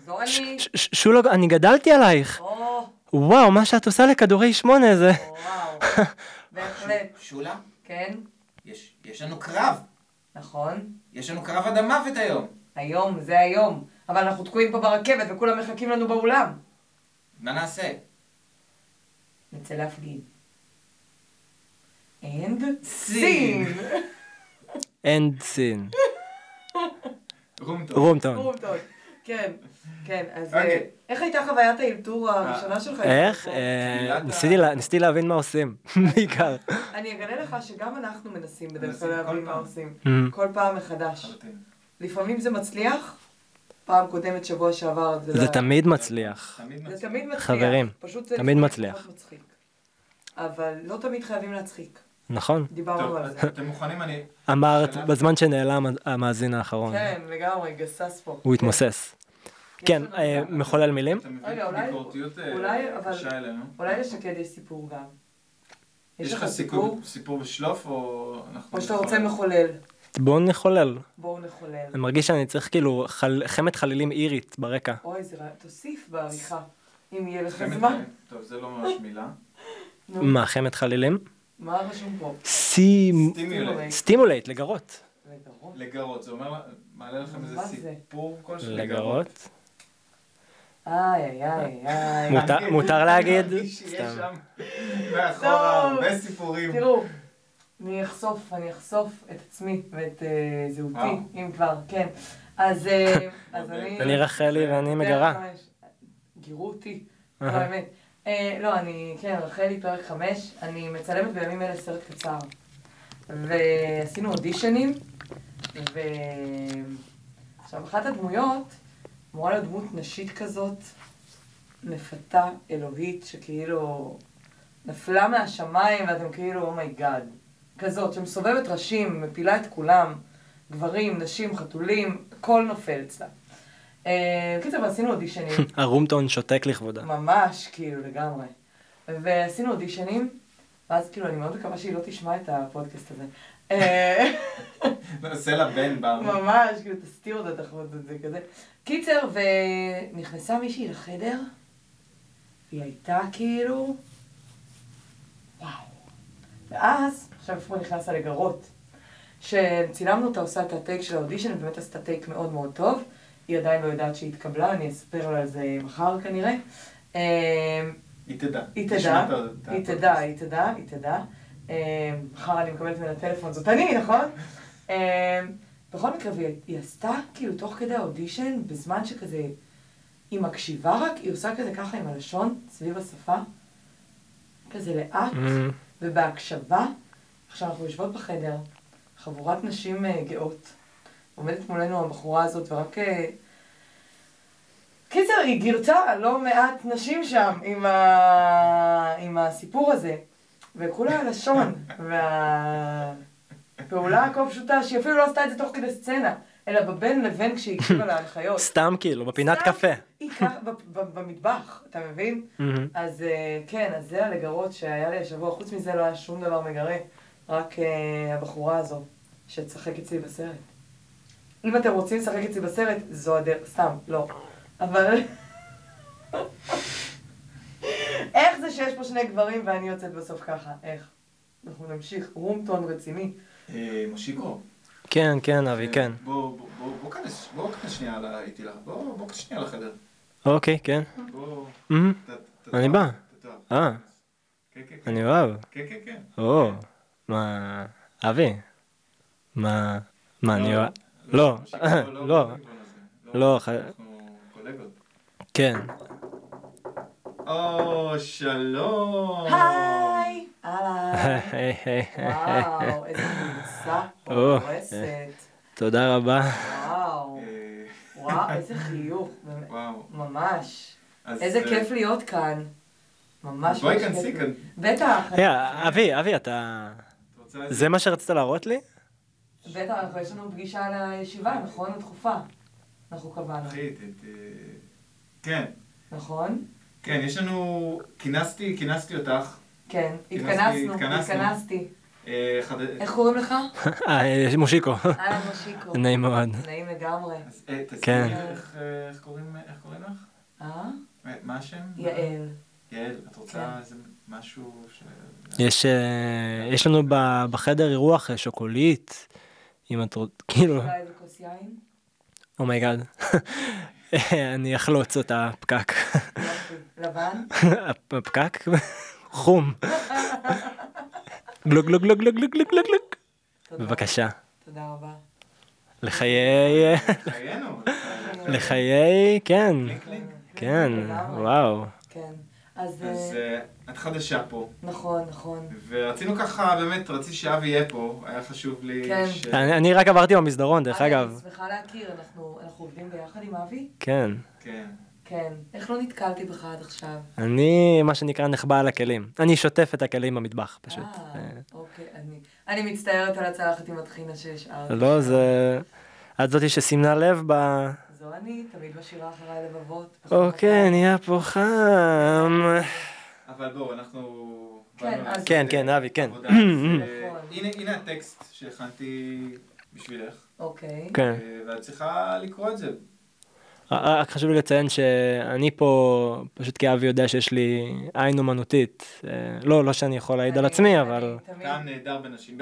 Speaker 2: זו אני.
Speaker 3: ש- ש- שולה, אני גדלתי עלייך.
Speaker 2: או,
Speaker 3: וואו, מה שאת עושה לכדורי שמונה זה...
Speaker 2: וואו. בהחלט,
Speaker 4: שולה,
Speaker 2: כן,
Speaker 4: יש יש לנו קרב.
Speaker 2: נכון.
Speaker 4: יש לנו קרב עד המוות היום.
Speaker 2: היום, זה היום. אבל אנחנו תקועים פה ברכבת וכולם מחכים לנו באולם.
Speaker 4: מה נעשה?
Speaker 2: נצא להפגין. And
Speaker 4: סין.
Speaker 2: סין.
Speaker 3: אין סין.
Speaker 1: רום טוב.
Speaker 3: רומטון.
Speaker 2: פרומפטון. כן, כן, אז
Speaker 1: אוקיי.
Speaker 2: אה, איך הייתה חוויית האלתור הראשונה שלך?
Speaker 3: איך?
Speaker 2: אה,
Speaker 3: אה,
Speaker 1: קהילת ה-
Speaker 3: ניסיתי לה- ניסיתי להבין מה עושים, בעיקר.
Speaker 2: אני אגלה לך שגם אנחנו מנסים בדרך
Speaker 1: מנסים
Speaker 2: כלל
Speaker 1: כל
Speaker 2: להבין מה
Speaker 1: פעם.
Speaker 2: עושים.
Speaker 3: Mm.
Speaker 2: כל פעם מחדש.
Speaker 1: לחלוטין.
Speaker 2: לפעמים זה מצליח, פעם קודמת, שבוע שעבר, זה
Speaker 3: זה
Speaker 2: לא-
Speaker 3: תמיד מצליח.
Speaker 1: תמיד
Speaker 2: זה
Speaker 1: מצליח.
Speaker 2: תמיד מצליח.
Speaker 3: חברים,
Speaker 2: פשוט זה
Speaker 3: תמיד
Speaker 2: לפעמים
Speaker 3: מצליח.
Speaker 2: פחות מצחיק. אבל לא תמיד חייבים להצחיק.
Speaker 3: נכון.
Speaker 2: דיברנו
Speaker 1: טוב,
Speaker 2: על זה.
Speaker 1: אז אתם מוכנים? אני...
Speaker 3: אמרת
Speaker 1: שאלה.
Speaker 3: בזמן שנעלם המאזין האחרון.
Speaker 2: כן, לגמרי, גסס פה.
Speaker 3: נכון. הוא התמוסס.
Speaker 2: יש
Speaker 3: כן,
Speaker 2: לנו-
Speaker 3: אה, מחולל מילים?
Speaker 1: אתה מבין
Speaker 2: רגע, אולי-
Speaker 1: ביקורתיות אה,
Speaker 2: אולי, אבל-
Speaker 1: קשה אלינו.
Speaker 2: אולי לשקד יש סיפור גם.
Speaker 1: יש לך סיפור סיפור בשלוף, או... אנחנו
Speaker 2: או שאתה
Speaker 1: נחולל?
Speaker 2: רוצה מחולל?
Speaker 3: בואו נחולל.
Speaker 2: בואו נחולל.
Speaker 3: אני מרגיש שאני צריך כאילו חל- חמת חלילים אירית ברקע.
Speaker 2: אוי, זה רע, תוסיף בעריכה, אם יהיה לך
Speaker 1: אתם
Speaker 2: זמן.
Speaker 1: מתכוונים- טוב, זה לא ממש מילה.
Speaker 3: אה.
Speaker 2: נו,
Speaker 3: מה, חמת חלילים?
Speaker 2: מה רשום פה?
Speaker 3: סי...
Speaker 1: סטימולט.
Speaker 3: סטימולייט, לגרות.
Speaker 2: לגרות.
Speaker 1: לגרות, זה אומר, מעלה לכם איזה
Speaker 2: מה זה?
Speaker 1: סיפור כלשהו?
Speaker 3: לגרות.
Speaker 2: איי, איי, איי, איי.
Speaker 3: מותר-
Speaker 1: אני-
Speaker 3: מותר להגיד?
Speaker 1: אני מרגיש שיש
Speaker 3: סתם.
Speaker 1: שם מאחורה
Speaker 2: טוב.
Speaker 1: הרבה סיפורים.
Speaker 2: תראו, אני אחשוף, אני אחשוף את עצמי ואת אה,
Speaker 1: וואו.
Speaker 2: זהותי, אם כבר, כן. אז אה, אז אני...
Speaker 3: אני רחלי ואני מגרה.
Speaker 2: פרק חמש. גירו אותי, לא
Speaker 3: אהה.
Speaker 2: באמת. אה, לא, אני, כן, רחלי, פרק חמש. אני מצלמת בימים אלה סרט קצר. ועשינו אודישנים, ו... עכשיו, אחת הדמויות, אמורה להיות דמות נשית כזאת, מפתה, אלוהית, שכאילו נפלה מהשמיים, ואתם כאילו, אומייגאד. כזאת, שמסובבת ראשים, מפילה את כולם, גברים, נשים, חתולים, הכל נופל אצלה. אה, בקיצור, עשינו אודישנים.
Speaker 3: הרומטון שותק לכבודה.
Speaker 2: ממש, כאילו, לגמרי. ועשינו אודישנים, ואז כאילו, אני מאוד מקווה שהיא לא תשמע את הפודקאסט הזה. אה,
Speaker 1: נעשה לה בן בר.
Speaker 2: ממש, כאילו, תסתיר אותה, תחמוד את זה כזה. קיצר, ונכנסה מישהי לחדר, והיא הייתה כאילו... וואו. ואז, עכשיו פרו נכנס לגרות, שצילמנו אותה עושה את הטייק של האודישן, ובאמת עשתה טייק מאוד מאוד טוב. היא עדיין לא יודעת שהיא התקבלה, אני אספר לה על זה מחר כנראה. אה,
Speaker 1: היא תדע.
Speaker 2: היא
Speaker 1: תשמע
Speaker 2: תדע,
Speaker 1: את ה-
Speaker 2: היא
Speaker 1: את
Speaker 2: תדע,
Speaker 1: הפודקאסט.
Speaker 2: היא תדע, היא תדע. אה, מחר אני מקבלת ממנה טלפון, זאת אני, נכון? אה, בכל מקרה, והיא היא עשתה, כאילו, תוך כדי האודישן, בזמן שכזה, היא מקשיבה רק, היא עושה כזה ככה עם הלשון, סביב השפה, כזה לאט,
Speaker 3: אמ,
Speaker 2: ובהקשבה. עכשיו, אנחנו יושבות בחדר, חבורת נשים אה, גאות, עומדת מולנו הבחורה הזאת, ורק... אה, קיצר, היא גירתה לא מעט נשים שם עם, ה... עם הסיפור הזה, וכולה הלשון, והפעולה הכה פשוטה, שהיא אפילו לא עשתה את זה תוך כדי סצנה, אלא בבין לבין כשהיא הקשיבה להנחיות.
Speaker 3: סתם כאילו, בפינת
Speaker 2: סתם,
Speaker 3: קפה.
Speaker 2: היא ככה ב- ב- במטבח, אתה מבין?
Speaker 3: אמ,
Speaker 2: אז אה, כן, אז זה הלגרות שהיה לי השבוע, חוץ מזה לא היה שום דבר מגרה, רק אה, הבחורה הזו שתשחק אצלי בסרט. אם אתם רוצים לשחק אצלי בסרט, זו הדרך, סתם, לא. אבל... איך זה שיש פה שני גברים ואני יוצאת בסוף ככה? איך? אנחנו נמשיך, רומטון רציני.
Speaker 1: אה, מושיקו.
Speaker 3: כן, כן, אבי, כן.
Speaker 1: בוא, בוא, בוא, בוא כנס, בוא כנס שנייה ל- איתי לך. בוא, בוא כנס שנייה לחדר.
Speaker 3: אוקיי, כן.
Speaker 1: בוא,
Speaker 3: אמ,
Speaker 1: ת- ת-
Speaker 3: אני
Speaker 1: ת-
Speaker 3: בא.
Speaker 1: ת- ת-
Speaker 3: אה,
Speaker 1: כן, כן, כן.
Speaker 3: אני אוהב.
Speaker 1: כן, כן, כן.
Speaker 3: או, מה... אבי, מה... מה, אני אוהב... לא,
Speaker 1: מושיקו, לא,
Speaker 3: לא,
Speaker 1: בכיוון הזה.
Speaker 3: לא, ח-
Speaker 1: אנחנו קולגות.
Speaker 3: כן.
Speaker 1: או, שלום.
Speaker 2: היי! אהלן!
Speaker 3: היי, היי, היי.
Speaker 2: וואו, איזה חולצה
Speaker 3: או,
Speaker 2: פורסת.
Speaker 3: תודה רבה.
Speaker 2: וואו.
Speaker 1: אה,
Speaker 2: וואו, איזה חיוך, באמת.
Speaker 1: וואו.
Speaker 2: ממש.
Speaker 1: אז,
Speaker 2: איזה
Speaker 1: אה,
Speaker 2: כיף להיות כאן. ממש
Speaker 1: בואי
Speaker 2: ממש
Speaker 1: כנסי
Speaker 2: כיף.
Speaker 1: כאן.
Speaker 2: בטח,
Speaker 3: היי, אבי, אבי, אתה...
Speaker 1: את רוצה איזה-
Speaker 3: זה מה שרצית להראות לי?
Speaker 2: בטח, אנחנו- יש לנו פגישה על הישיבה, נכון? הדחופה. אנחנו קבענו,
Speaker 1: אחי, ת- ת- כן,
Speaker 2: נכון?
Speaker 1: כן, יש לנו... כינסתי, כינסתי אותך.
Speaker 2: כן,
Speaker 1: התכנסתי,
Speaker 2: התכנסנו,
Speaker 1: התכנסנו.
Speaker 2: התכנסתי.
Speaker 1: אה, חד-
Speaker 2: איך קוראים לך?
Speaker 3: אה, מושיקו.
Speaker 2: אהלן מושיקו.
Speaker 3: נעים מאוד.
Speaker 2: נעים לגמרי.
Speaker 1: אז, אה, תזכירי
Speaker 3: כן.
Speaker 1: לי איך, אה, איך קוראים איך קוראים לך?
Speaker 2: אה?
Speaker 1: אה, מה השם?
Speaker 2: יעל.
Speaker 1: יעל, את רוצה
Speaker 2: כן.
Speaker 1: איזה משהו ש...
Speaker 3: יש, אה, יש לנו ב- בחדר אירוח אה, שוקולית, אם את רוצה, כאילו,
Speaker 2: אולי איזה כוס יין?
Speaker 3: אומייגאד. אני אחלוץ אותה, הפקק.
Speaker 2: יופי. לבן?
Speaker 3: הפקק? חום. גלוג גלוג גלוג גלוג גלוג גלוג גלוג גלוג.
Speaker 2: תודה.
Speaker 3: בבקשה.
Speaker 2: תודה רבה.
Speaker 3: לחיי,
Speaker 1: חיינו.
Speaker 3: לחיי, כן,
Speaker 1: קליק, קליק.
Speaker 3: כן,
Speaker 2: לגמרי.
Speaker 3: וואו.
Speaker 2: כן. אז
Speaker 1: אז
Speaker 2: אה,
Speaker 1: אה, את חדשה פה,
Speaker 2: נכון, נכון.
Speaker 1: ורצינו ככה, באמת, רציתי שאבי יהיה פה, היה חשוב לי
Speaker 2: כן.
Speaker 1: ש...
Speaker 3: אני אני רק עברתי במסדרון, דרך
Speaker 2: אני
Speaker 3: אגב.
Speaker 2: שמחה להכיר, אנחנו אנחנו עובדים ביחד עם אבי?
Speaker 3: כן.
Speaker 1: כן.
Speaker 2: כן. איך לא נתקלתי בך עד עכשיו?
Speaker 3: אני, מה שנקרא, נחבא על הכלים. אני שוטף את הכלים במטבח, פשוט.
Speaker 2: אה,
Speaker 3: אה,
Speaker 2: אוקיי, אני... אני מצטערת על הצלחת עם הטחינה שהשארתי.
Speaker 3: לא, זה... את זאתי שסימנה לב ב...
Speaker 2: זו אני, תמיד משאירה אחריי לבבות.
Speaker 3: אוקיי, נהיה פה חם.
Speaker 1: אבל בואו, אנחנו...
Speaker 2: כן,
Speaker 1: באנו
Speaker 2: אז-
Speaker 1: לעשות,
Speaker 3: כן,
Speaker 1: אה,
Speaker 3: כן, אבי, כן.
Speaker 1: עבודה, אז, אה,
Speaker 2: נכון.
Speaker 1: הנה הנה הטקסט שהכנתי בשבילך,
Speaker 2: אוקיי.
Speaker 3: כן.
Speaker 1: אה, ואת צריכה לקרוא את זה.
Speaker 3: רק אה, חשוב לי לציין שאני פה, פשוט כי אבי יודע שיש לי עין אומנותית. אה, לא, לא שאני יכול להעיד על
Speaker 2: אני-
Speaker 3: עצמי,
Speaker 2: אני
Speaker 3: אבל
Speaker 2: תמיד-
Speaker 1: טעם נהדר בנשים,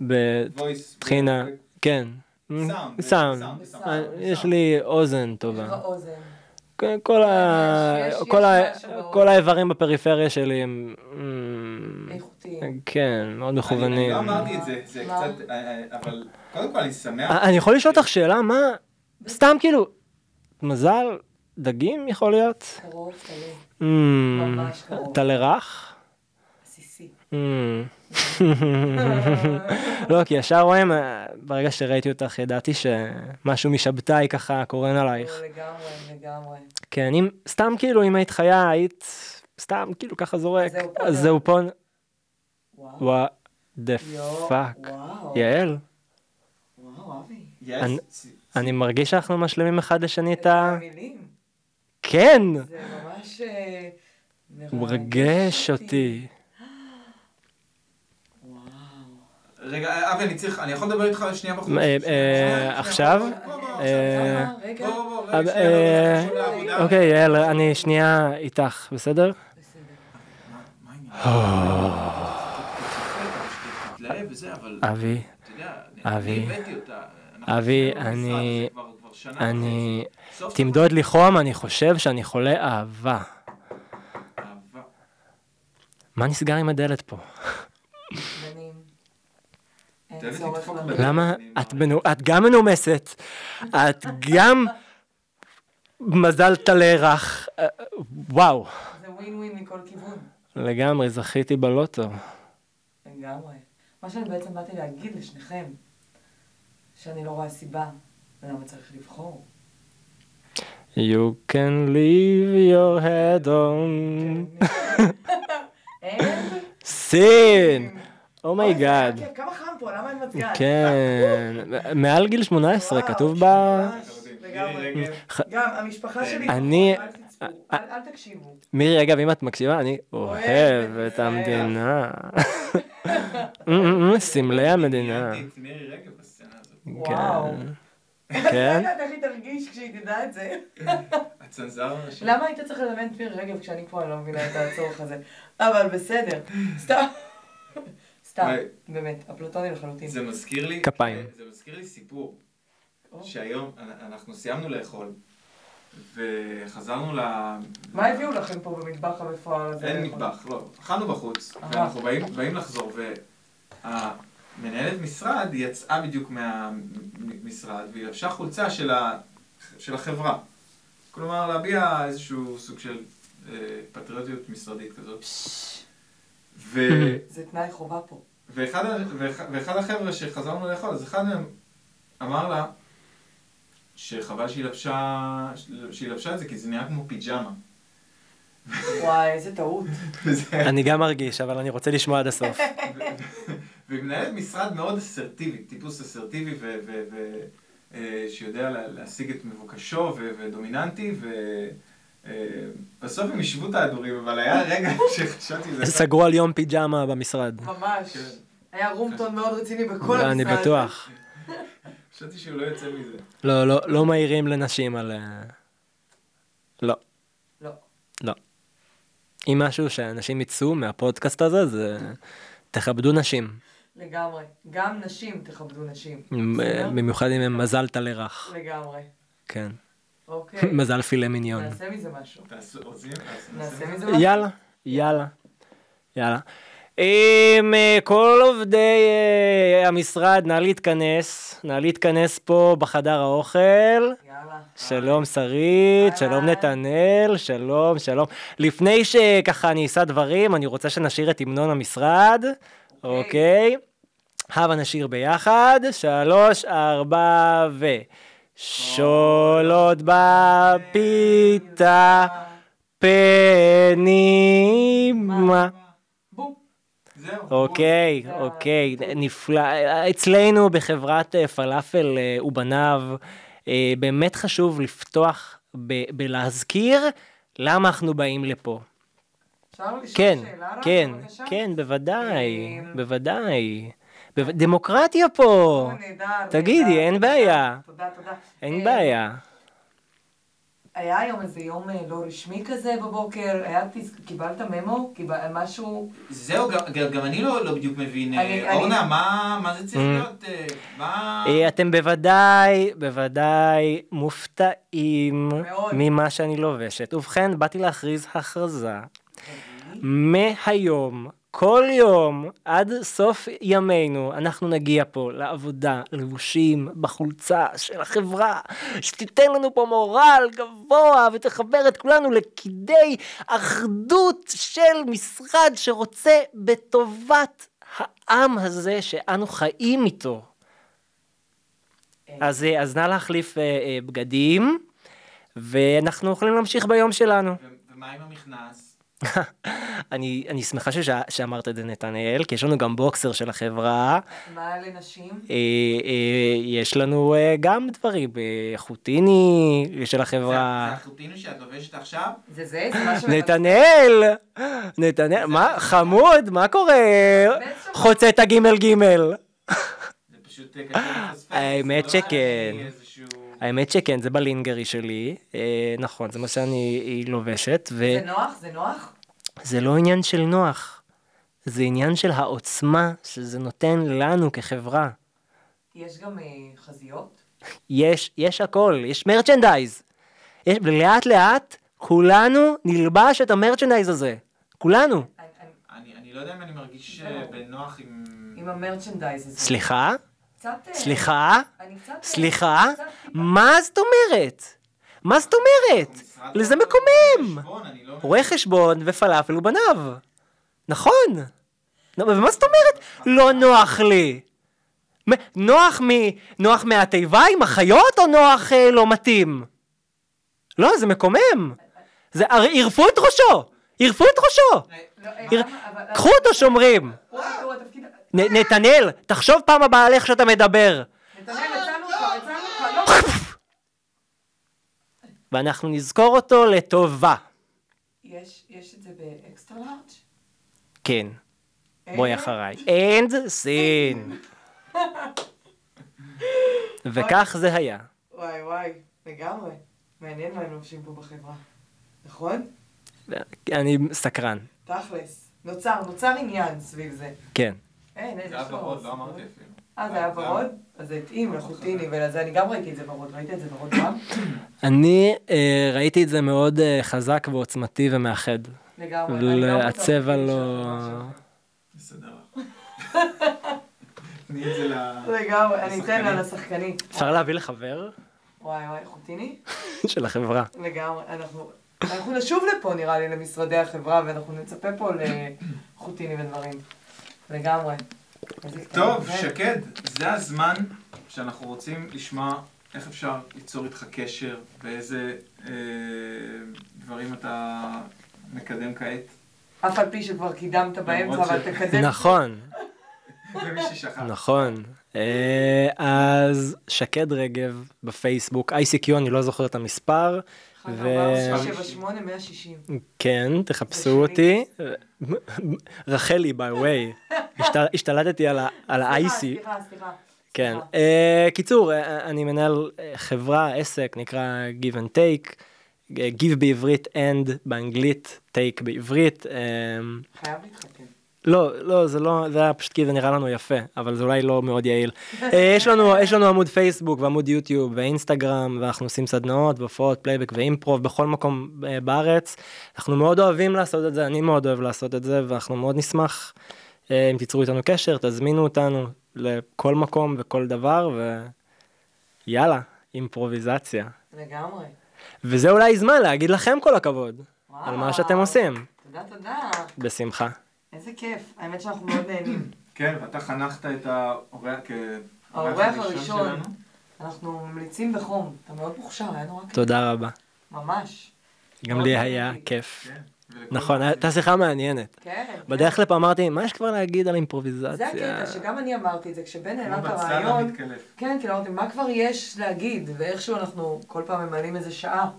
Speaker 1: בוויס.
Speaker 3: בטחינה, כן.
Speaker 1: לא, סאונד,
Speaker 3: סאונד.
Speaker 1: בסאונד, בסאונד,
Speaker 3: אה,
Speaker 1: בסאונד.
Speaker 3: יש לי אוזן
Speaker 2: יש לך
Speaker 3: טובה.
Speaker 2: אוזן.
Speaker 3: כן, כל ה-
Speaker 2: אה, יש- יש
Speaker 3: כל ה-
Speaker 2: משהו באוזן.
Speaker 3: כל האיברים בפריפריה שלי הם... אה,
Speaker 2: איכותי. אקטים.
Speaker 3: כן, מאוד
Speaker 1: אני
Speaker 3: מכוונים.
Speaker 1: לא אמרתי את זה, זה
Speaker 2: מה?
Speaker 1: קצת, אה, אה, אבל קודם כל אני שמח.
Speaker 3: אה, אני יכול לשאול אותך שאלה, מה, סתם כאילו, מזל, דגים יכול להיות?
Speaker 2: קרוב, אה, תלוי.
Speaker 3: Mm,
Speaker 2: ממש קרוב.
Speaker 3: טלה רך?
Speaker 2: עסיסי.
Speaker 3: Mm. לא, כי ישר רואים, אה, ברגע שראיתי אותך ידעתי שמשהו משבתאי ככה קורן עלייך.
Speaker 2: לא, לגמרי, לגמרי.
Speaker 3: כן, אם, סתם כאילו, אם היית חיה, היית סתם כאילו ככה זורק.
Speaker 2: זהו פון.
Speaker 3: אז זהו פון.
Speaker 2: וואו.
Speaker 3: וואו, דה
Speaker 2: יואו,
Speaker 3: פאק.
Speaker 2: וואו.
Speaker 3: יעל,
Speaker 2: וואו, אבי.
Speaker 1: יש-
Speaker 3: אני-
Speaker 1: ס-
Speaker 3: אני מרגיש שאנחנו משלימים אחד לשני את
Speaker 2: את
Speaker 3: ה...
Speaker 2: המילים.
Speaker 3: כן!
Speaker 2: זה ממש... אה,
Speaker 3: הוא מרגש אותי.
Speaker 2: וואו.
Speaker 1: רגע, אה, אבי, אני צריך, אני יכול לדבר איתך שנייה בחוץ?
Speaker 3: אה, אה,
Speaker 1: שנייה,
Speaker 3: עכשיו?
Speaker 1: שנייה, בוא, בוא, בוא,
Speaker 3: אה,
Speaker 2: למה? רגע,
Speaker 1: בוא, בוא, בוא,
Speaker 3: אה,
Speaker 1: רגע, שנייה, לא, זה חשוב
Speaker 2: אה,
Speaker 1: לעבודה.
Speaker 3: אוקיי, יעל, אני שנייה איתך, בסדר?
Speaker 2: בסדר.
Speaker 1: מה- מה העניין? תתלהב וזה, אבל
Speaker 3: אבי,
Speaker 1: אתה יודע,
Speaker 3: אבי.
Speaker 1: אני הבאתי אותה. אנחנו
Speaker 3: אבי,
Speaker 1: שנינו במשרד
Speaker 3: אני-
Speaker 1: הזה כבר- כבר שנה וחצי.
Speaker 3: אני...
Speaker 1: סוף סוף
Speaker 3: תמדוד לי חום, אני חושב שאני חולה אהבה.
Speaker 1: אהבה.
Speaker 3: מה נסגר עם הדלת פה?
Speaker 2: בנים.
Speaker 1: אתה
Speaker 2: אין
Speaker 1: אוהבת
Speaker 2: צורך
Speaker 1: לדפוק
Speaker 2: לנו.
Speaker 1: בדלת.
Speaker 3: למה? את מנו- את גם מנומסת, את גם מזל טלה רך. אה, וואו,
Speaker 2: זה ווין ווין מכל כיוון.
Speaker 3: לגמרי, זכיתי בלוטו.
Speaker 2: לגמרי. מה שאני בעצם באתי להגיד לשניכם, שאני לא רואה סיבה למה צריך לבחור.
Speaker 3: You can leave your head on.
Speaker 2: אין?
Speaker 3: סין! אומייגאד.
Speaker 2: אוי, כמה חם פה, למה אין מזגן?
Speaker 3: Oh כן, מעל גיל 18
Speaker 2: וואו,
Speaker 3: כתוב ב...
Speaker 2: ממש,
Speaker 1: מירי
Speaker 2: לגמרי.
Speaker 1: רגב,
Speaker 2: גם המשפחה שלי,
Speaker 3: אני- אה,
Speaker 2: אל תצפו, אל אל תקשיבו.
Speaker 3: מירי רגב, אם את מקשיבה, אני אוהב
Speaker 2: אוהב
Speaker 3: את המדינה. אמ, אמ, סמלי המדינה.
Speaker 1: ראיינתי את מירי רגב בסצנה הזאת.
Speaker 2: וואו.
Speaker 3: כן?
Speaker 2: אני לא יודעת איך היא תרגיש כשהיא תדע את זה.
Speaker 1: הצנזר הראשי.
Speaker 2: למה היית צריך ללמד את מירי רגב כשאני כבר לא מבינה את הצורך הזה? אבל בסדר, סתם. סתם,
Speaker 1: היי.
Speaker 2: באמת, אפלטוני לחלוטין.
Speaker 1: זה מזכיר לי...
Speaker 3: כפיים.
Speaker 1: זה מזכיר לי סיפור.
Speaker 2: או.
Speaker 1: שהיום אנ- אנחנו סיימנו לאכול, וחזרנו ל...
Speaker 2: מה הביאו לכם פה במטבח המפואר הזה?
Speaker 1: אין מטבח, לא. אכלנו בחוץ,
Speaker 2: אה.
Speaker 1: ואנחנו באים- באים לחזור, והמנהלת משרד היא יצאה בדיוק מהמשרד, והיא לבשה חולצה של ה- של החברה. כלומר, להביע איזשהו סוג של אה, פטריוטיות משרדית כזאת. ו...
Speaker 2: זה תנאי חובה פה.
Speaker 1: ואחד, ה- ואח- ואחד החבר'ה שחזרנו לאכול, אז אחד מהם אמר לה שחבל שהיא לבשה, שהיא לבשה את זה, כי זה נראה כמו פיג'מה.
Speaker 2: וואי, איזה טעות.
Speaker 1: וזה-
Speaker 3: אני גם מרגיש, אבל אני רוצה לשמוע עד הסוף.
Speaker 1: ומנהלת משרד מאוד אסרטיבית, טיפוס אסרטיבי, ו- ו- ו- אה, שיודע לה- להשיג את מבוקשו, ו- ודומיננטי, ובסוף הם השוו את ההדורים, אבל היה רגע שחשבתי שזה...
Speaker 3: סגרו על יום פיג'מה במשרד.
Speaker 2: ממש.
Speaker 1: כן.
Speaker 2: היה רומטון מאוד רציני בכל המשרד.
Speaker 3: לא, אני בטוח.
Speaker 1: חשבתי שהוא לא יוצא מזה.
Speaker 3: לא, לא, לא מעירים לנשים על... אה, לא,
Speaker 2: לא.
Speaker 3: לא. אם משהו שאנשים יצאו מהפודקאסט הזה, זה... תכבדו נשים.
Speaker 2: לגמרי. גם נשים תכבדו נשים.
Speaker 3: מ-
Speaker 2: בסדר?
Speaker 3: אה, במיוחד אם הם מזל טלה רך.
Speaker 2: לגמרי.
Speaker 3: כן.
Speaker 2: אוקיי.
Speaker 3: מזל פילה מיניון.
Speaker 2: נעשה מזה משהו.
Speaker 1: תעשו, רוצים? אז
Speaker 2: נעשה מזה משהו.
Speaker 3: יאללה, יאללה, יאללה. אם אה, כל עובדי אה, המשרד, נא להתכנס, נא להתכנס פה בחדר האוכל.
Speaker 2: יאללה.
Speaker 3: שלום שרית, שלום
Speaker 2: אהלן.
Speaker 3: נתנאל, שלום, שלום. לפני שככה אני אשא דברים, אני רוצה שנשאיר את המנון המשרד, אוקיי? הבה נשיר ביחד, שלוש, ארבע ו... שולות בפיתה, פנימה.
Speaker 2: בום.
Speaker 1: זהו.
Speaker 3: אוקיי,
Speaker 2: זה
Speaker 3: אוקיי, נפלא. אצלנו בחברת אה, פלאפל אה, ובניו, אה, באמת חשוב לפתוח ב- בלהזכיר למה אנחנו באים לפה.
Speaker 2: אפשר לשאול
Speaker 3: כן,
Speaker 2: שאלה? רק,
Speaker 3: כן,
Speaker 2: בבקשה?
Speaker 3: כן, בוודאי,
Speaker 2: אה,
Speaker 3: בוודאי. בו- דמוקרטיה פה,
Speaker 2: אוי, נהדר.
Speaker 3: תגידי,
Speaker 2: נהדר.
Speaker 3: אין בעיה.
Speaker 2: תודה, תודה.
Speaker 3: אין
Speaker 2: אה,
Speaker 3: בעיה.
Speaker 2: היה היום איזה יום אה, לא רשמי כזה בבוקר? היה, תז- קיבלת ממו? קיבל- משהו?
Speaker 1: זהו, גם- גם גם אני לא לא בדיוק מבין.
Speaker 2: אני-
Speaker 1: אה,
Speaker 2: אני-
Speaker 1: אורנה, מה- מה זה צריך
Speaker 3: Mm.
Speaker 1: להיות? אה, מה...
Speaker 3: אה, אתם בוודאי, בוודאי מופתעים
Speaker 2: מאוד.
Speaker 3: ממה שאני לובשת. ובכן, באתי להכריז הכרזה. מהיום כל יום, עד סוף ימינו, אנחנו נגיע פה לעבודה, לבושים, בחולצה של החברה, שתיתן לנו פה מורל גבוה ותחבר את כולנו לכדי אחדות של משרד שרוצה בטובת העם הזה שאנו חיים איתו. אז, אה, אז נא להחליף אה, אה, בגדים, ואנחנו יכולים להמשיך ביום שלנו.
Speaker 1: ו- ומה עם המכנס?
Speaker 3: אני, אני שמחה ששא, שאמרת את זה, נתנאל, כי יש לנו גם בוקסר של החברה.
Speaker 2: מה לנשים?
Speaker 3: אה, אה, יש לנו אה, גם דברים, אה, חוטיני של
Speaker 4: זה זה
Speaker 3: החברה.
Speaker 4: החוטינו שאת לובשת עכשיו?
Speaker 2: זה זה? זה מה ש...
Speaker 3: נתנאל! נתנאל, מה, חמוד, מה קורה? חוצה את הגימל גימל.
Speaker 4: זה פשוט אה, קשה לפספס.
Speaker 3: האמת
Speaker 4: לא
Speaker 3: שכן.
Speaker 4: היה לי איזשהו-
Speaker 3: האמת שכן, זה בלינגרי שלי. אה, נכון, זה מה שאני היא לובשת,
Speaker 2: זה נוח? זה נוח?
Speaker 3: וזה לא עניין של נוח. זה עניין של העוצמה שזה נותן לנו כחברה.
Speaker 2: יש גם אה, חזיות?
Speaker 3: יש, יש הכל, יש מרצ'נדייז. יש, לאט לאט כולנו נלבש את המרצ'נדייז הזה. כולנו.
Speaker 2: אני- אני-
Speaker 4: אני אני לא יודע אם אני מרגיש אה, בנוח עם...
Speaker 2: עם המרצ'נדייז הזה.
Speaker 3: סליחה?
Speaker 2: קצת... אה,
Speaker 3: סליחה?
Speaker 2: אני קצת... אה,
Speaker 3: סליחה?
Speaker 2: קצת טיפה-
Speaker 3: מה זאת אומרת? מה זאת אומרת?
Speaker 4: משרד
Speaker 3: לזה
Speaker 4: לא-
Speaker 3: מקומם.
Speaker 4: חשבון, אני לא...
Speaker 3: רואה חשבון ופלאפל ובניו. נכון. נו, ומה זאת אומרת לא נוח לי? מ- נוח, מ... נוח מהתיבה עם החיות או נוח אה, לא מתאים? לא, זה מקומם. זה, הרי ערפו את ראשו! ערפו את ראשו!
Speaker 2: לא, אה,
Speaker 3: תראה,
Speaker 2: למה- אבל-
Speaker 3: קחו אותו שומרים!
Speaker 2: הוא הוא התפקיד...
Speaker 3: נ- נתנאל, תחשוב פעם הבאה על איך שאתה מדבר.
Speaker 2: נתנאל, יצאנו כבר, יצאנו כבר, לא...
Speaker 3: ואנחנו נזכור אותו לטובה.
Speaker 2: יש, יש את זה באקסטרה לארג'?
Speaker 3: כן,
Speaker 2: אה,
Speaker 3: בואי אחריי. And סין. וכך זה היה.
Speaker 2: וואי וואי, לגמרי. מעניין מה הם לובשים פה בחברה. נכון?
Speaker 3: אני סקרן,
Speaker 2: תכלס. נוצר, נוצר עניין סביב זה.
Speaker 3: כן.
Speaker 2: אין, אין,
Speaker 1: זה היה
Speaker 2: יש לו...
Speaker 1: ורוד, לא
Speaker 2: סיפור.
Speaker 1: אמרתי אפילו.
Speaker 2: אה, זה היה ורוד? אז זה התאים לחוטיני ולזה, אני גם ראיתי את זה ורוד, ראית את זה ורוד פעם?
Speaker 3: אני אה, ראיתי את זה מאוד אה, חזק ועוצמתי ומאחד.
Speaker 2: לגמרי. אני לא רוצה-
Speaker 3: אה, הצבע לא...
Speaker 1: בסדר. תני את זה ל...
Speaker 2: לגמרי, אני אתן לה
Speaker 1: לשחקנית.
Speaker 2: לשחקנית.
Speaker 3: אפשר להביא לחבר
Speaker 2: וואי וואי, חוטיני?
Speaker 3: של החברה.
Speaker 2: לגמרי, אנחנו... אנחנו נשוב לפה נראה לי למשרדי החברה ואנחנו נצפה פה לחוטיני ודברים. לגמרי. אה, איזה קטע.
Speaker 1: טוב,
Speaker 2: זה-
Speaker 1: שקד, זה הזמן שאנחנו רוצים לשמוע איך אפשר ליצור איתך קשר, ואיזה אה, דברים אתה מקדם כעת,
Speaker 2: אף על פי שכבר קידמת באמצע,
Speaker 1: למרות ש-
Speaker 2: אבל תקדם.
Speaker 3: נכון,
Speaker 1: ומי ששכח.
Speaker 3: נכון. אה, אז שקד רגב בפייסבוק, ICQ, אני לא זוכר את המספר. ו...
Speaker 2: 1478, 160.
Speaker 3: כן, תחפשו
Speaker 2: זה
Speaker 3: אותי. רחלי, by way. השתל- השתלטתי על ה- על ה-IC.
Speaker 2: סליחה, סליחה.
Speaker 3: כן.
Speaker 2: סליחה.
Speaker 3: אה, קיצור, אה, אני מנהל אה, חברה, עסק, נקרא Give and Take. אה, Give בעברית and באנגלית, take בעברית. אה,
Speaker 2: חייב להתחתן.
Speaker 3: לא, לא, זה לא, זה היה פשוט כי זה נראה לנו יפה, אבל זה אולי לא מאוד יעיל. אה, יש לנו, יש לנו עמוד פייסבוק ועמוד יוטיוב ואינסטגרם, ואנחנו עושים סדנאות, והופעות, פלייבק ואימפרוב בכל מקום אה, בארץ. אנחנו מאוד אוהבים לעשות את זה, אני מאוד אוהב לעשות את זה, ואנחנו מאוד נשמח אה, אם תיצרו איתנו קשר, תזמינו אותנו לכל מקום וכל דבר, ויאללה, אימפרוביזציה.
Speaker 2: לגמרי.
Speaker 3: וזה אולי זמן להגיד לכם כל הכבוד,
Speaker 2: וואו.
Speaker 3: על מה שאתם עושים.
Speaker 2: תודה, תודה.
Speaker 3: בשמחה.
Speaker 2: איזה כיף. האמת שאנחנו מאוד נהנים.
Speaker 1: כן, ואתה חנכת את האורח כ-
Speaker 2: האורח
Speaker 1: הראשון
Speaker 2: הראשון.
Speaker 1: שלנו.
Speaker 2: אנחנו ממליצים בחום. אתה מאוד מוכשר, היה נורא כיף.
Speaker 3: תודה רבה.
Speaker 2: ממש.
Speaker 3: גם לי היה כיף.
Speaker 1: כן, ולכל-
Speaker 3: נכון, הייתה שיחה מעניינת.
Speaker 2: כן.
Speaker 3: בדרך לפה אמרתי, מה יש כבר להגיד על
Speaker 2: זה
Speaker 3: אימפרוביזציה?
Speaker 2: הקטע שגם אני אמרתי את זה, כשבן העלה
Speaker 1: כמו
Speaker 2: את
Speaker 1: בצלם
Speaker 2: הרעיון,
Speaker 1: מתקלף.
Speaker 2: כן, כאילו אמרתי, מה כבר יש להגיד, ואיכשהו אנחנו כל פעם ממלאים איזה שעה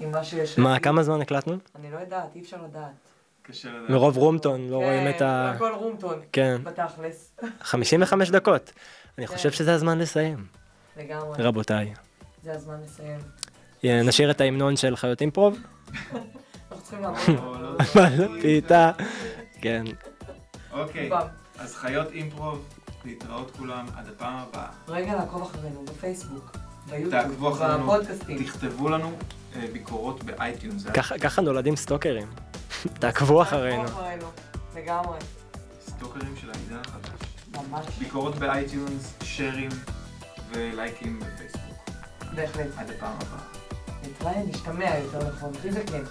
Speaker 2: עם מה שיש.
Speaker 3: מה,
Speaker 2: להגיד.
Speaker 3: כמה זמן הקלטנו?
Speaker 2: אני לא יודעת, אי אפשר לדעת.
Speaker 1: קשה לדעת.
Speaker 3: מרוב רומטון, לא רואים את ה...
Speaker 2: כן, הכל רומטון.
Speaker 3: כן,
Speaker 2: בתכלס.
Speaker 3: 55 דקות. אני
Speaker 2: כן.
Speaker 3: חושב שזה הזמן לסיים,
Speaker 2: לגמרי.
Speaker 3: רבותיי.
Speaker 2: זה הזמן לסיים.
Speaker 3: אה, נשאיר את ההמנון של חיות אימפרוב?
Speaker 2: אנחנו צריכים לעבור.
Speaker 1: לא, לא.
Speaker 3: פיתה. כן,
Speaker 1: אוקיי,
Speaker 2: פעם.
Speaker 1: אז חיות אימפרוב, להתראות כולם עד הפעם הבאה.
Speaker 2: רגע לעקוב אחרינו בפייסבוק, ביוטיוב,
Speaker 1: תעקבו אחרינו,
Speaker 2: בפודקאסטים.
Speaker 1: תכתבו לנו אה, ביקורות באייטיונס. זה
Speaker 3: ככה- ככה נולדים סטוקרים. תעקבו אחרינו.
Speaker 2: תעקבו אחרינו. לגמרי.
Speaker 1: הטיקטוקרים של העידן החדש.
Speaker 2: ממש,
Speaker 1: ביקורות באייטיונס, שרים ולייקים בפייסבוק.
Speaker 2: בהחלט.
Speaker 1: עד הפעם הבאה.
Speaker 2: נתראה, נשתמע יותר נכון, כי זה כן,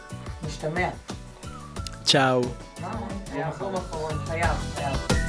Speaker 2: נשתמע.
Speaker 3: צ'או.
Speaker 2: מה? היה חום אחרון, חייב, חייב.